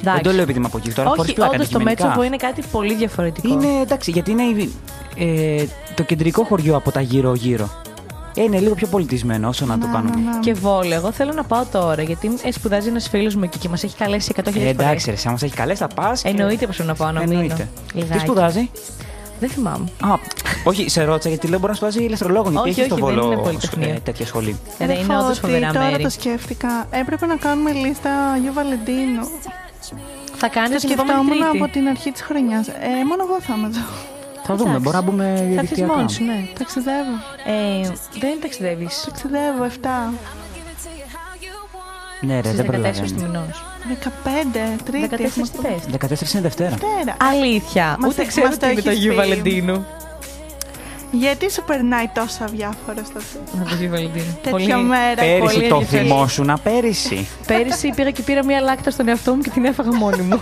C: Εντάξει.
B: Δεν το λέω επειδή είμαι από εκεί τώρα. χωρίς
C: Όχι,
B: πλάκα,
C: όντως το
B: αντικειμενικά.
C: Μέτσοβο είναι κάτι πολύ διαφορετικό.
B: Είναι εντάξει, γιατί είναι η- ε, το κεντρικό χωριό από τα γύρω-γύρω. Ε, είναι λίγο πιο πολιτισμένο όσο να το κάνουμε.
C: Και βόλο. Εγώ θέλω να πάω τώρα γιατί ε, σπουδάζει ένας φίλος μου εκεί και μας έχει καλέσει 100.000
B: Ε,
C: φορέ.
B: εντάξει, ρε, άμα σε έχει καλέ, θα πας.
C: Εννοείται πως να πάω να μείνω.
B: Εννοείται. Τι
C: Λιγάκι.
B: σπουδάζει.
C: Δεν θυμάμαι.
B: Α, όχι, σε ρώτησα γιατί λέω μπορεί να σπουδάζει ηλεκτρολόγο. Γιατί
C: Όχι,
B: έχει στο
C: όχι, δεν
B: βόλο
C: είναι πολυτεχνείο.
B: ε, τέτοια σχολή.
C: Ρε,
D: Ρε
C: είναι όντω
D: Φώτη,
C: φοβερά
D: τώρα
C: μέρη.
D: το σκέφτηκα. Έπρεπε να κάνουμε λίστα Αγίου Βαλεντίνου.
C: Θα κάνεις
D: Το
C: την επόμενη
D: σκεφτόμουν
C: Τρίτη.
D: από την αρχή της χρονιάς. Ε, μόνο εγώ θα είμαι εδώ.
B: Θα δούμε,
C: Εντάξει.
B: μπορεί να μπούμε
C: Θα έρθεις
B: διαδικτυακά.
C: μόνος σου, ναι.
D: Ταξιδεύω.
C: Ε, δεν ταξιδεύεις.
B: Ε,
D: Ταξιδεύω 7.
B: Ναι, ρε,
C: Στι
B: δεν
C: 14 του
B: προλαβαίνω.
C: μηνό.
D: 15, Τρίτη.
C: 14
D: έχουμε
C: τι θες.
B: 14 είναι Δευτέρα.
D: Δευτέρα.
C: Αλήθεια.
D: Μας
C: Ούτε
D: έ-
C: ξέρω
D: μας
C: τι
D: το
C: είναι το
D: έχεις
C: Αγίου
D: πει.
C: Βαλεντίνου.
D: Γιατί σου περνάει τόσα διάφορα στο τέλος.
C: Να το Αγίου Βαλεντίνου.
D: τέτοια μέρα.
B: Πέρυσι
C: πολύ
B: το
C: ενδιαφέρον.
B: θυμόσουνα, πέρυσι.
C: Πέρυσι πήγα και πήρα μία λάκτα στον εαυτό μου και την έφαγα μόνη
B: (laughs)
C: μου.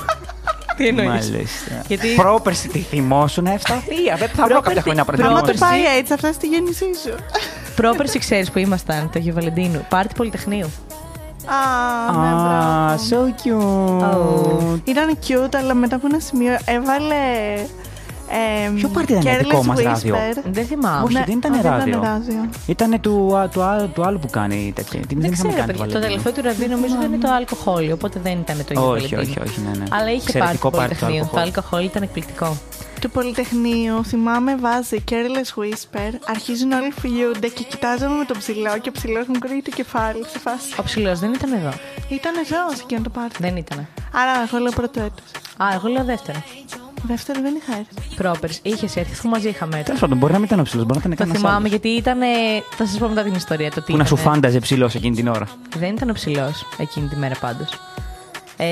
C: Τι εννοείς.
B: Μάλιστα.
C: Γιατί-
B: Πρόπερσι τη θυμόσουνα, ευσταθία. Δεν θα βρω κάποια χρόνια πριν.
D: Άμα το
C: Πρόπερση.
D: πάει έτσι, αυτά στη γέννησή σου.
C: Πρόπερση ξέρεις που ήμασταν, το Αγίου Βαλεντίνου. Πάρτι Πολυτεχνείου.
D: Α, ναι,
B: Α,
D: μπράβο.
B: so cute.
D: Ήταν cute, αλλά μετά από ένα σημείο έβαλε. εμ,
B: Ποιο πάρτι ήταν
D: Careless
B: δικό μας
D: Whisper.
B: ράδιο?
C: Δεν θυμάμαι.
B: Όχι,
D: ναι.
B: δεν
D: Α,
B: ήταν
D: δεν ήταν
B: ράδιο.
D: ράδιο.
B: Ήταν του, α, του, α- του άλλου που κάνει τέτοια. Δεν,
C: Δεν
B: είχαμε κάνει
C: ξέρω, παιδιά. Το
B: Βαλεντίνο.
C: τελευταίο του ραβδί νομίζω δεν είναι το αλκοόλ, οπότε δεν ήταν το ίδιο.
B: Όχι,
C: Βαλεντίνο.
B: όχι, όχι, ναι, ναι.
C: Αλλά είχε πάρει
B: Εξαιρετικό
C: το
B: πάρτι το
C: Πολυτεχνείο. Το
B: αλκοόλ.
C: αλκοόλ ήταν εκπληκτικό.
D: Του Πολυτεχνείου, θυμάμαι, βάζει Careless Whisper, αρχίζουν όλοι φιλιούνται και κοιτάζομαι με τον ψηλό και ο ψηλός μου κρύβει το κεφάλι σε φάση.
C: Ο ψηλός δεν ήταν εδώ.
D: Ήταν εδώ σε εκείνο το πάρτι.
C: Δεν ήταν.
D: Άρα, εγώ λέω πρώτο έτος.
C: Α, εγώ λέω δεύτερο.
D: Δεύτερο δεν είχα έρθει.
C: Πρόπερση. Είχες έρθει, αφού μαζί είχαμε έρθει.
B: Τέλος πάντων, μπορεί να μην ήταν ο ψηλός, μπορεί να ήταν
C: Το
B: κανένας
C: θυμάμαι γιατί ήταν. ε, Θα σας πω μετά την ιστορία. Το τι
B: Που να σου
C: ήταν.
B: φάνταζε ψηλός εκείνη την ώρα.
C: Δεν ήταν ο ψηλός εκείνη τη μέρα πάντως. Ε,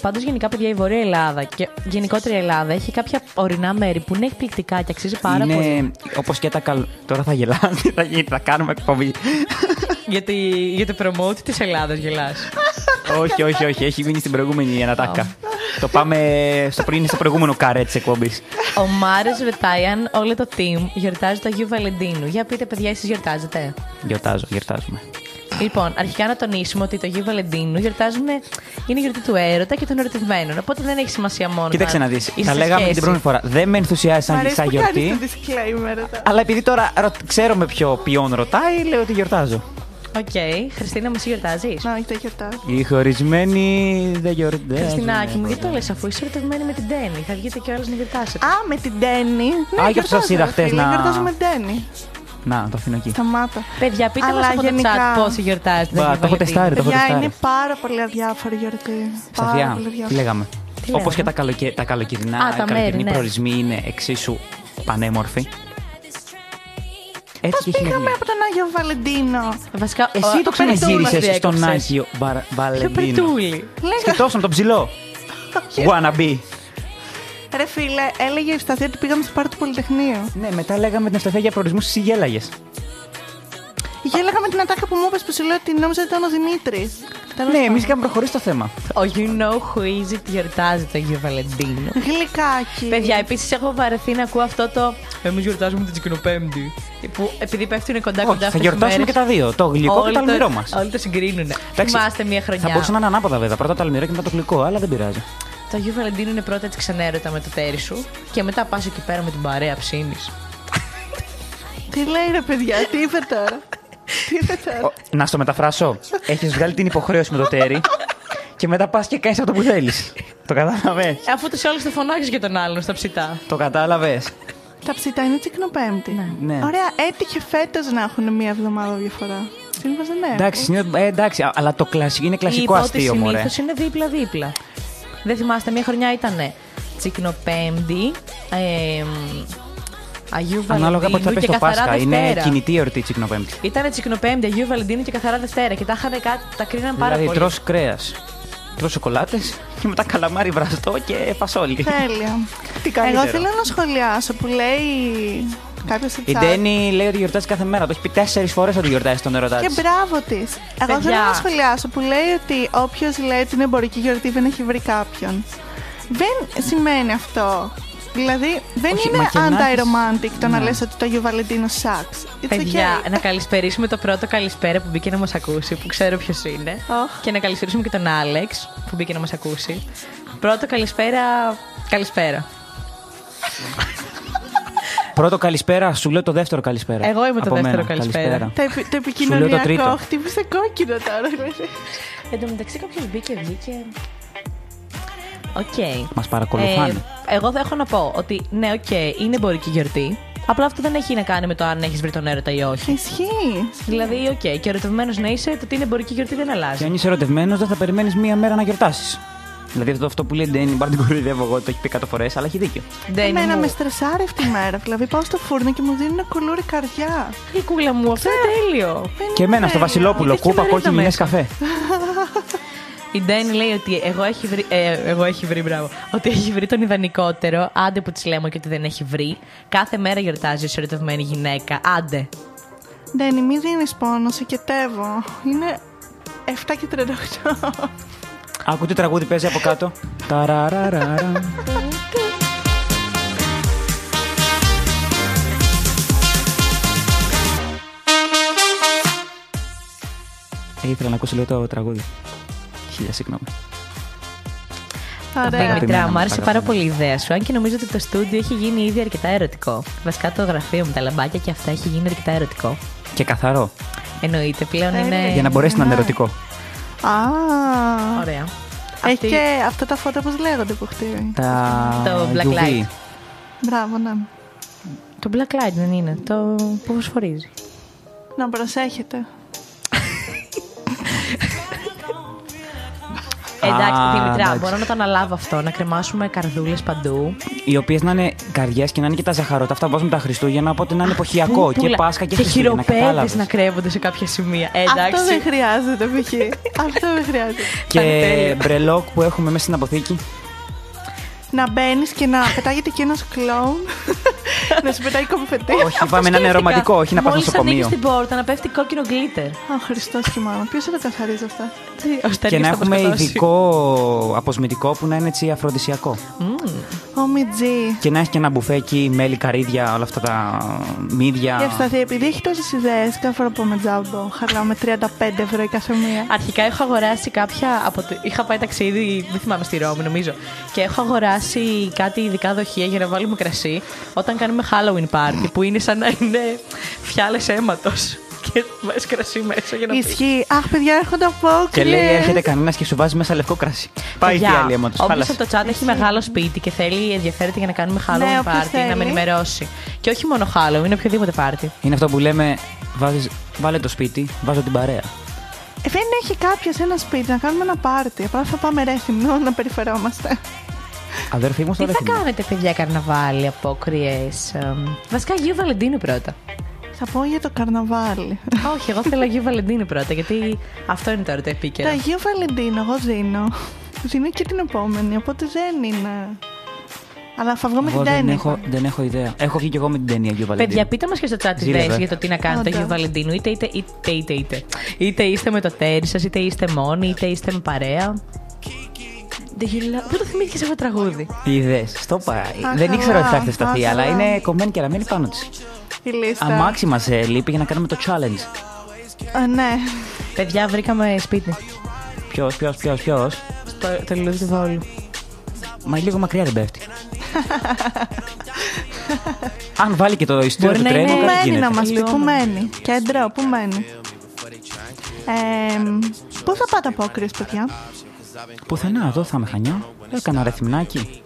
C: πάντω, γενικά, παιδιά, η Βόρεια Ελλάδα και γενικότερα η Ελλάδα έχει κάποια ορεινά μέρη που είναι εκπληκτικά και αξίζει πάρα
B: Ναι.
C: πολύ.
B: είναι όπως και τα καλ... Τώρα θα γελάς, (laughs) τι θα γίνει, θα κάνουμε εκπομπή.
C: Γιατί για το promote της Ελλάδας γελάς.
B: (laughs) όχι, όχι, όχι, έχει μείνει στην προηγούμενη ανατάκα. το πάμε στο, πριν, στο προηγούμενο καρέ της εκπομπής.
C: ο Μάρε Βετάιαν, όλο το team, γιορτάζει το Αγίου Βαλεντίνου. Για πείτε, παιδιά, εσείς γιορτάζετε.
B: Γιορτάζω, γιορτάζουμε.
C: λοιπόν, αρχικά να τονίσουμε ότι το Αγίου Βαλεντίνου γιορτάζουν. είναι η γιορτή του έρωτα και των ερωτευμένων. Οπότε δεν έχει σημασία μόνο.
B: Κοίταξε
C: αν
B: να δεις.
C: είστε
B: Τα
C: σε
B: λέγαμε
C: σχέση.
B: την πρώτη φορά. Δεν με ενθουσιάζει
D: Μ'
B: σαν
D: αρέσει
B: σαν
D: που κάνεις το
B: γιορτή.
D: disclaimer εδώ.
B: Αλλά επειδή τώρα ρω- ξέρω με ποιο ποιον ρωτάει, λέω ότι γιορτάζω.
C: Οκ, Χριστίνα, μα γιορτάζει.
D: Να, όχι, τα γιορτάζω.
B: Οι χωρισμένοι δεν γιορτάζουν.
C: Χριστινάκη
B: ναι.
C: μου, γιατί το λες αφού είσαι ερωτευμένη με την Τέννη. Θα βγείτε κιόλα να γιορτάσετε.
D: Α, με την Τέννη. Ναι,
B: Α, γι' αυτό σας
D: γιορτάζω,
B: είδα
D: ρε
B: χτες
D: φίλε,
B: να-
D: Γιορτάζω με την Τέννη.
B: Να, το αφήνω εκεί.
D: Σταμάτα.
C: Παιδιά, πείτε
D: Αλλά
C: μα από
D: γενικά-
C: το chat πόσοι γιορτάζετε.
B: Μπα,
C: Αγίου
B: το έχω
C: Βαλεντίνου.
B: τεστάρει, το έχω
D: Παιδιά, είναι
B: τεστάρει.
D: πάρα πολύ αδιάφορη γιορτή. Πάρα
B: Σταθιά,
D: πολύ
B: τι
D: αδιάφορη.
B: λέγαμε. Όπως
C: λέγαμε?
B: και τα, καλοκαι... τα καλοκαιρινά,
C: Α, τα
B: οι καλοκαιρινοί
C: μέρη, ναι.
B: προορισμοί είναι εξίσου πανέμορφοι. Έτσι
D: Πώς
B: και έχει
D: πήγαμε
B: μείνει.
D: από τον Άγιο Βαλεντίνο.
C: Βασικά,
B: Εσύ το ξαναγύρισε στον Άγιο Μπαρα-
C: Πιο
B: Βαλεντίνο.
C: περτούλη.
B: Σκεφτόσουν τον ψηλό. Wannabe.
D: Ρε φίλε, έλεγε η Ευσταθία ότι πήγαμε στο πάρτι του Πολυτεχνείου.
B: Ναι, μετά λέγαμε την ευσταθία για προορισμούς, εσύ γέλαγες.
D: Γέλαγα με την ατάκα που μου είπες που σου λέω ότι νόμιζα ότι ήταν ο Δημήτρης.
B: Ναι, εμείς είχαμε προχωρήσει το θέμα.
C: Ο You Know Who Is It γιορτάζει το Αγίου Βαλεντίνο.
D: Γλυκάκι.
C: Παιδιά, επίσης έχω βαρεθεί να ακούω αυτό το. Εμείς γιορτάζουμε την Τσικνοπέμπτη. Που επειδή πέφτουν κοντά
B: Όχι,
C: κοντά
B: θα
C: αυτές τις
B: γιορτάσουμε
C: μέρες,
B: και τα δύο. Το γλυκό και
C: όλοι
B: το αλμυρό μας.
C: Όλοι το συγκρίνουν. Θυμάστε μία
B: Θα
C: χρονιά.
B: μπορούσε να είναι ανάποδα βέβαια. Πρώτα το αλμυρό και μετά το γλυκό, αλλά δεν πειράζει.
C: Το Αγίου Βαλεντίνο είναι πρώτα έτσι ξανέρωτα με το τέρι σου και μετά πας εκεί πέρα με την παρέα ψήνη.
D: Τι λέει ρε παιδιά, τι είπε
B: (laughs)
D: τώρα. τι είπε τώρα.
B: Ο- Να στο μεταφράσω. Έχεις βγάλει την υποχρέωση με το τέρι και μετά πας και κάνεις αυτό που θέλεις. Το κατάλαβες.
C: Αφού του όλου το φωνάζει για τον άλλον στα ψητά.
B: Το κατάλαβες.
D: Τα ψητά είναι τσικνοπέμπτη.
B: Ναι.
D: Ωραία, έτυχε φέτος να έχουν μία εβδομάδα διαφορά. ναι. Συνήθω δεν έχουν.
B: Εντάξει, συνήθως- ε, εντάξει, α- αλλά το κλασικό είναι κλασικό
C: Είπα
B: αστείο,
C: ότι
B: μωρέ.
C: συνήθως είναι δίπλα-δίπλα. Δεν θυμάστε, μια χρονιά ήταν τσικνοπέμπτη, ε, Αγίου
B: Ανάλογα από τι θα
C: Βαλεντίνου
B: πες
C: και
B: το
C: καθαρά
B: Πάσχα.
C: Δευτέρα.
B: Είναι κινητή η εορτή Τσικνοπέμπτη.
C: Ήταν τσικνοπέμπτη, Αγίου Βαλεντίνου και καθαρά Δευτέρα και τα, είχαν κάτι, τα κρίναν πάρα
B: Δηλαδή
C: πολύ.
B: τρως κρέας, τρως σοκολάτες και μετά καλαμάρι βραστό και φασόλι.
D: Τέλεια.
B: Τι καλύτερο.
D: Εγώ θέλω να σχολιάσω που λέει κάποιος σε
B: Η Ντένι λέει ότι γιορτάζει κάθε μέρα. Το έχει πει τέσσερις φορές ότι γιορτάζει τον ερωτά
D: Και
B: της.
D: μπράβο της. Εγώ θέλω
C: Παιδιά.
D: να σχολιάσω που λέει ότι όποιος λέει ότι είναι εμπορική γιορτή δεν έχει βρει κάποιον. Δεν σημαίνει αυτό. Δηλαδή δεν
B: Όχι,
D: είναι
B: μα και να έχεις-
D: anti-romantic το να
B: Ναι.
D: λες ότι το Αγίου Βαλεντίνο sucks. It's
C: Παιδιά,
D: okay.
C: να καλησπερίσουμε το πρώτο καλησπέρα που μπήκε να μας ακούσει, που ξέρω ποιος είναι.
D: Αχ.
C: Και να καλησπερίσουμε και τον Άλεξ που μπήκε να μας ακούσει. Πρώτο καλησπέρα. Καλησπέρα.
B: Πρώτο καλησπέρα, σου λέω το δεύτερο καλησπέρα.
C: Εγώ είμαι το
B: Από
C: δεύτερο
B: μένα,
C: καλησπέρα.
D: Το, επι- το
B: Σου λέω το
D: επικοινωνιακό
B: τρίτο.
D: χτύπησε κόκκινο τώρα. δηλαδή.
C: Εν τω μεταξύ, κάποιος μπήκε, βγήκε. Οκ. Okay.
B: Μας παρακολουθάνε.
C: εγώ θα έχω να πω ότι ναι, οκ, είναι εμπορική γιορτή. Απλά αυτό δεν έχει να κάνει με το αν έχεις βρει τον έρωτα ή όχι.
D: Ισχύει.
C: δηλαδή, οκ, και ερωτευμένος να είσαι, το ότι είναι εμπορική γιορτή δεν
B: Και
C: αλλάζει.
B: αν είσαι ερωτευμένος, δεν θα περιμένεις μία μέρα να γιορτάσεις. Δηλαδή αυτό, αυτό που λέει η Ντένι, μπαρ την κοροϊδεύω εγώ, το έχει πει 100 φορές, αλλά έχει δίκιο.
C: Δεν
D: Εμένα
C: μου.
D: με στρεσάρει αυτή η μέρα. Δηλαδή πάω στο φούρνο και μου δίνουν κουλούρι καρδιά.
C: Η κούλα μου, αυτό είναι τέλειο.
D: Δεν
B: Και
D: είναι
B: εμένα στο
D: τέλειο.
B: Βασιλόπουλο,
C: Ούτε
B: κούπα
C: χειμερίδα
B: κόκκινη λε
C: μέσα.
B: καφέ.
C: Η Ντέν λέει ότι εγώ έχει βρει. Ε, εγώ έχει βρει, μπράβο. Ότι έχει βρει τον ιδανικότερο. Άντε που της λέμε και ότι δεν έχει βρει. Κάθε μέρα γιορτάζει η ερωτευμένη γυναίκα. Άντε.
D: Ντένι, μη δίνεις πόνος, σε κετεύω. Είναι 7 και 38.
B: Άκου τι τραγούδι παίζει από κάτω. Ταραραραρα. Ε, Ήθελα να ακούσω λίγο το τραγούδι. Χίλια συγγνώμη.
D: Ωραία.
B: Baby.
C: Μητρά, μου
B: Αγαπημένα
C: άρεσε
B: μου,
C: πάρα
B: αγαπημένα.
C: πολύ η ιδέα σου. Αν και νομίζω ότι το στούντιο έχει γίνει ήδη αρκετά ερωτικό. Βασικά το γραφείο με τα λαμπάκια και αυτά έχει γίνει αρκετά ερωτικό.
B: Και καθαρό.
C: Εννοείται πλέον
D: Ε,
C: είναι.
B: Για να μπορέσει να είναι ερωτικό.
D: Α,
C: Ωραία.
D: έχει
C: Αυτή-
D: και αυτά τα φώτα πώς λέγονται που χτύπει.
B: Τα
C: Το black
B: UV.
C: light.
D: Μπράβο, ναι.
C: Το black light δεν είναι. Το που φωσφορίζει.
D: Να προσέχετε.
B: Α,
C: Ε, Εντάξει, Δημητρά,
B: εντάξει.
C: μπορώ να το αναλάβω αυτό. Να κρεμάσουμε καρδούλες παντού.
B: οι οποίες να είναι καρδιές και να είναι και τα ζαχαρώτα. Αυτά που βάζουμε τα Χριστούγεννα, οπότε να είναι εποχιακό.
C: Πού-
B: και
C: πουλα-
B: Πάσχα και,
C: και
B: Χριστούγεννα.
C: χειροπέδες
B: κατάλαβες.
C: να κρέμονται σε κάποια σημεία. Ε, εντάξει.
D: Αυτό δεν χρειάζεται π.χ. Αυτό δεν χρειάζεται.
B: Και
C: τέλεια.
B: μπρελόκ που έχουμε μέσα στην αποθήκη.
D: Να μπαίνεις και να πετάγεται και ένας κλόουν. να σου πετάει κομφετή.
B: όχι, είπαμε να είναι
C: Ε, Σκέφτηκα.
B: ρομαντικό, όχι να πας
C: Μόλις
B: νοσοκομείο.
C: ανοίξεις την πόρτα να πέφτει κόκκινο γκλίτερ.
D: Ο Χριστός κοιμάνα. Ποιος θα τα καθαρίζει αυτά.
C: Ο Στέλιος
B: Και να
C: θα
B: έχουμε
C: μας σκοτώσει.
B: ειδικό αποσμητικό που να είναι έτσι αφροδισιακό.
D: Ο Μιτζή.
B: Και να έχει και ένα μπουφέκι, μέλι, καρύδια, όλα αυτά τα μύδια.
D: Και ευσταθεί, επειδή έχει τόσες ιδέες, κάθε φορά που με τζάμπο χαλάμε 35 ευρώ η κάθε μία.
C: Αρχικά έχω αγοράσει κάποια. Από... το- Είχα πάει ταξίδι, δεν θυμάμαι στη Ρώμη νομίζω. Και έχω αγοράσει κάτι ειδικά δοχεία για να βάλουμε κρασί όταν κάνουμε Halloween party που είναι σαν να είναι φιάλες αίματος. (laughs) Και βάζει κρασί μέσα για να πει.
D: Ισχύει. Αχ, παιδιά, έρχονται από
B: Και λέει: Έρχεται κανένας και σου βάζει μέσα λευκό κρασί. Πάει και η άλλη αίματος.
C: Όποιο
B: Χάλασε.
C: από το chat έχει μεγάλο σπίτι και θέλει, ενδιαφέρεται για να κάνουμε Halloween
D: Ναι, όποιος
C: party, να με
D: θέλει.
C: ενημερώσει. Και όχι μόνο Halloween, είναι οποιοδήποτε party.
B: Είναι αυτό που λέμε: βάζεις, Βάλε το σπίτι, βάζω την παρέα.
D: Ε, Δεν έχει κάποιος ένα σπίτι να κάνουμε ένα πάρτι. Απλά θα πάμε ρέθυμνο να περιφερόμαστε.
B: Αδερφοί μου, στο
C: Τι θα
B: δεύτερο.
C: κάνετε, παιδιά, καρναβάλι, απόκριες. Βασικά, Αγίου Βαλεντίνου πρώτα.
D: Θα πω για το καρναβάλι.
C: όχι, εγώ θέλω Αγίου Βαλεντίνου πρώτα, γιατί αυτό είναι τώρα το
D: Το
C: επίκαιρο.
D: Αγίου Βαλεντίνο, εγώ δίνω. Δίνω και την επόμενη, οπότε δεν είναι. Αλλά θα βγω με ναι. την
B: Εγώ δεν
D: Τέννη.
B: έχω, δεν έχω ιδέα. Έχω βγει και εγώ με την ταινία Αγίου Βαλεντίνου.
C: Παιδιά, πείτε μας και στο chat
B: Ζήλευε.
C: ιδέες για το τι να κάνετε
D: Όντως.
C: Αγίου Βαλεντίνου. Είτε, είτε, είτε, είτε, είτε. είτε είστε με το τέρι σας, είτε είστε μόνοι, είτε είστε με παρέα. Δεν γυρνάω. Πού το θυμήθηκες αυτό το τραγούδι.
B: Είδε, στο πάει.
D: Α,
B: Δεν ήξερα ότι θα
D: καλά,
B: έχετε σταθεί,
D: α,
B: αλλά
D: καλά.
B: είναι κομμένη και ραμμένη πάνω της.
D: Η λίστα.
B: Αμάξι μας ε, λείπει για να κάνουμε το challenge.
D: Α, ναι.
C: Παιδιά, βρήκαμε σπίτι.
B: Ποιος, ποιος, ποιος, ποιος.
C: Στο το λουλούδι του Βόλου.
B: Μα λίγο μακριά δεν
D: (laughs)
B: πέφτει. Αν βάλει και το ιστήριο
C: Μπορεί
B: του
C: να
B: τρένου,
C: είναι-
D: Πού
B: κάτι
D: μένει να
B: γίνεται.
D: μας πει, πού
C: Λιώνω.
D: μένει. Κέντρο, πού μένει. Ε, πού θα πάτε απόκριε, παιδιά.
B: Πουθενά, εδώ θα με χανιά. Έκανα ρεθυμνάκι.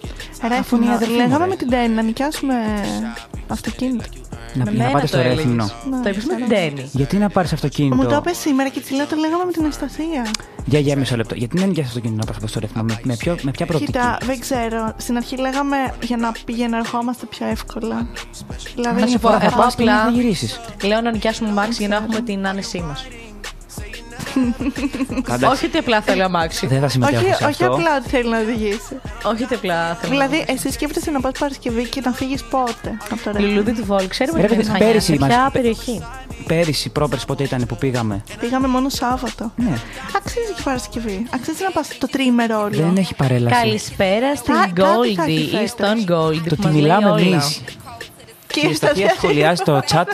D: Ρέθυμνο.
B: είναι η αδερφή μου,
D: Λέγαμε
B: ρε.
D: με την Τέννη να νοικιάσουμε αυτοκίνητο.
B: Να,
C: Με
B: πη- να
C: μένα
B: πάτε στο
C: το έλεγες.
B: Ρέθυμνο.
C: Το είπες με τον Ντένι.
B: Γιατί να πάρεις αυτοκίνητο.
D: Μου το είπες σήμερα και της λέω το λέγαμε με την Αστασία.
B: Για, για μισό λεπτό. Γιατί δεν νοικιάσει αυτοκίνητο να πάρει στο Ρέθυμνο. Με, με, ποιο, με ποια προοπτική.
D: Κοίτα, δεν ξέρω. Στην αρχή λέγαμε για να πηγαίνω ερχόμαστε πιο εύκολα. Δηλαδή,
C: Να σου πω,
D: να
C: εγώ
D: πας-
B: Και να
C: απλά
B: γυρίσεις.
C: λέω να νοικιάσουμε μάξι για να έχουμε την άνεσή μας. Όχι ότι απλά θέλω αμάξι.
B: Δεν θα συμμετέχω σε
D: όχι, όχι
B: αυτό.
D: απλά ότι θέλει να οδηγήσει.
C: Όχι ότι απλά θέλω.
D: Δηλαδή, εσύ σκέφτεσαι να πας Παρασκευή και να φύγεις πότε από το Ρέθυμνο.
C: Λουλούδι του Βόλου, ξέρουμε
B: Ρε,
C: τι είναι
B: παιδιά,
C: Χανιά,
B: πέρυσι
C: σε ποια
B: μας-
C: περιοχή.
B: Πέρυσι, πρόπερση πότε ήταν που πήγαμε.
D: Πήγαμε μόνο Σάββατο.
B: Ναι.
D: Αξίζει και η Παρασκευή. Αξίζει να πας το τρίμερο όλο.
B: Δεν έχει παρέλαση.
C: Καλησπέρα στην
D: Κα- κάτι θα έχεις
C: Goldie ή
D: φέτος.
C: στον Goldie.
B: Το
C: που
B: τι
C: μας λέει
B: μιλάμε
C: όλα.
B: εμείς.
C: (laughs)
D: Και
B: Η Ευσταθία σχολιάζει στο chat.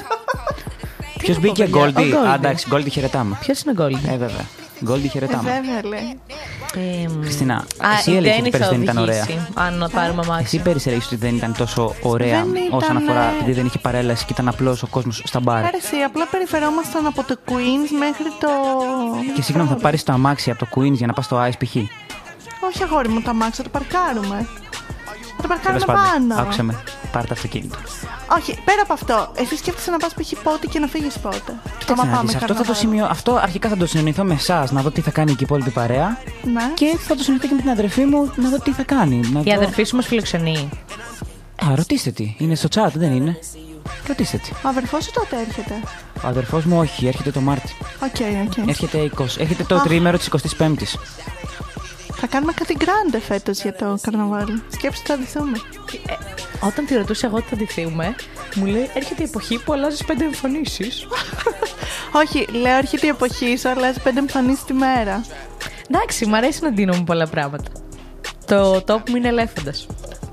B: Ποιος μπήκε
C: παιδιά, ο
B: Γκόλντι.
C: Goldie.
B: Εντάξει, Γκόλντι χαιρετάμε.
C: Ποιος είναι ο Goldie.
B: Ε, βέβαια. Γκόλντι
D: Ε,
B: χαιρετάμε.
D: Βέβαια, λέει.
C: Εμ,
B: Χριστίνα,
C: α,
B: Ε, εσύ
C: η
B: έλεγε
C: Ντένι
B: ότι πέρυσι
C: θα
B: δεν ήταν ωραία.
C: οδηγήσει, Αν πάρουμε
B: Εσύ
C: αμάξι.
B: πέρυσι έλεγες ότι δεν ήταν τόσο ωραία
D: Δεν ήταν,
B: όσον αφορά
D: ε.
B: επειδή δεν είχε παρέλαση και ήταν απλός ο κόσμος στα μπαρ.
D: Άρεσε, απλά περιφερόμασταν από το Queens μέχρι το.
B: Και συγγνώμη, θα πάρεις το αμάξι από το Queens για να πας στο Ice π.χ.
D: Όχι, αγόρι μου, το αμάξι, θα το παρκάρουμε. Θα το
B: Τέλο
D: παρκάρουμε
B: πάντων,
D: πάνω.
B: άκουσε με. Πάρε το αυτοκίνητο.
D: Όχι, πέρα από αυτό, εσύ σκέφτεσαι να πας π.χ. πότε και να φύγεις πότε. Άμα
B: Κοίταξε να δεις, αυτό, θα το
D: καρναβάλι.
B: σημειώ, αυτό αρχικά θα το συνεννοηθώ με εσάς, να δω τι θα κάνει και η υπόλοιπη παρέα.
D: Ναι.
B: Και θα το συνεχίσω και με την αδερφή μου να δω τι θα κάνει. Να
C: Η
B: το...
C: αδερφή σου μας φιλοξενεί.
B: Α, ρωτήστε τι. Είναι στο chat, δεν είναι. Ρωτήστε τι.
D: Ο αδερφός σου τότε έρχεται.
B: Ο αδερφός μου όχι, έρχεται το Μάρτι.
D: Οκ, οκ.
B: Έρχεται, 20. έρχεται το τρίμερο της 25η.
D: Θα κάνουμε κάτι γκράντε φέτος για το καρναβάλι. Σκέψτε το αντιθούμε.
C: Ε, Όταν τη ρωτούσα εγώ τι θα ντυθούμε, μου λέει έρχεται η εποχή που αλλάζεις πέντε εμφανίσεις.
B: (laughs)
D: Όχι, λέω έρχεται η εποχή σου, αλλάζει πέντε εμφανίσεις τη μέρα.
C: Εντάξει, μου αρέσει να ντύνομαι πολλά πράγματα. Το top μου είναι ελέφαντας.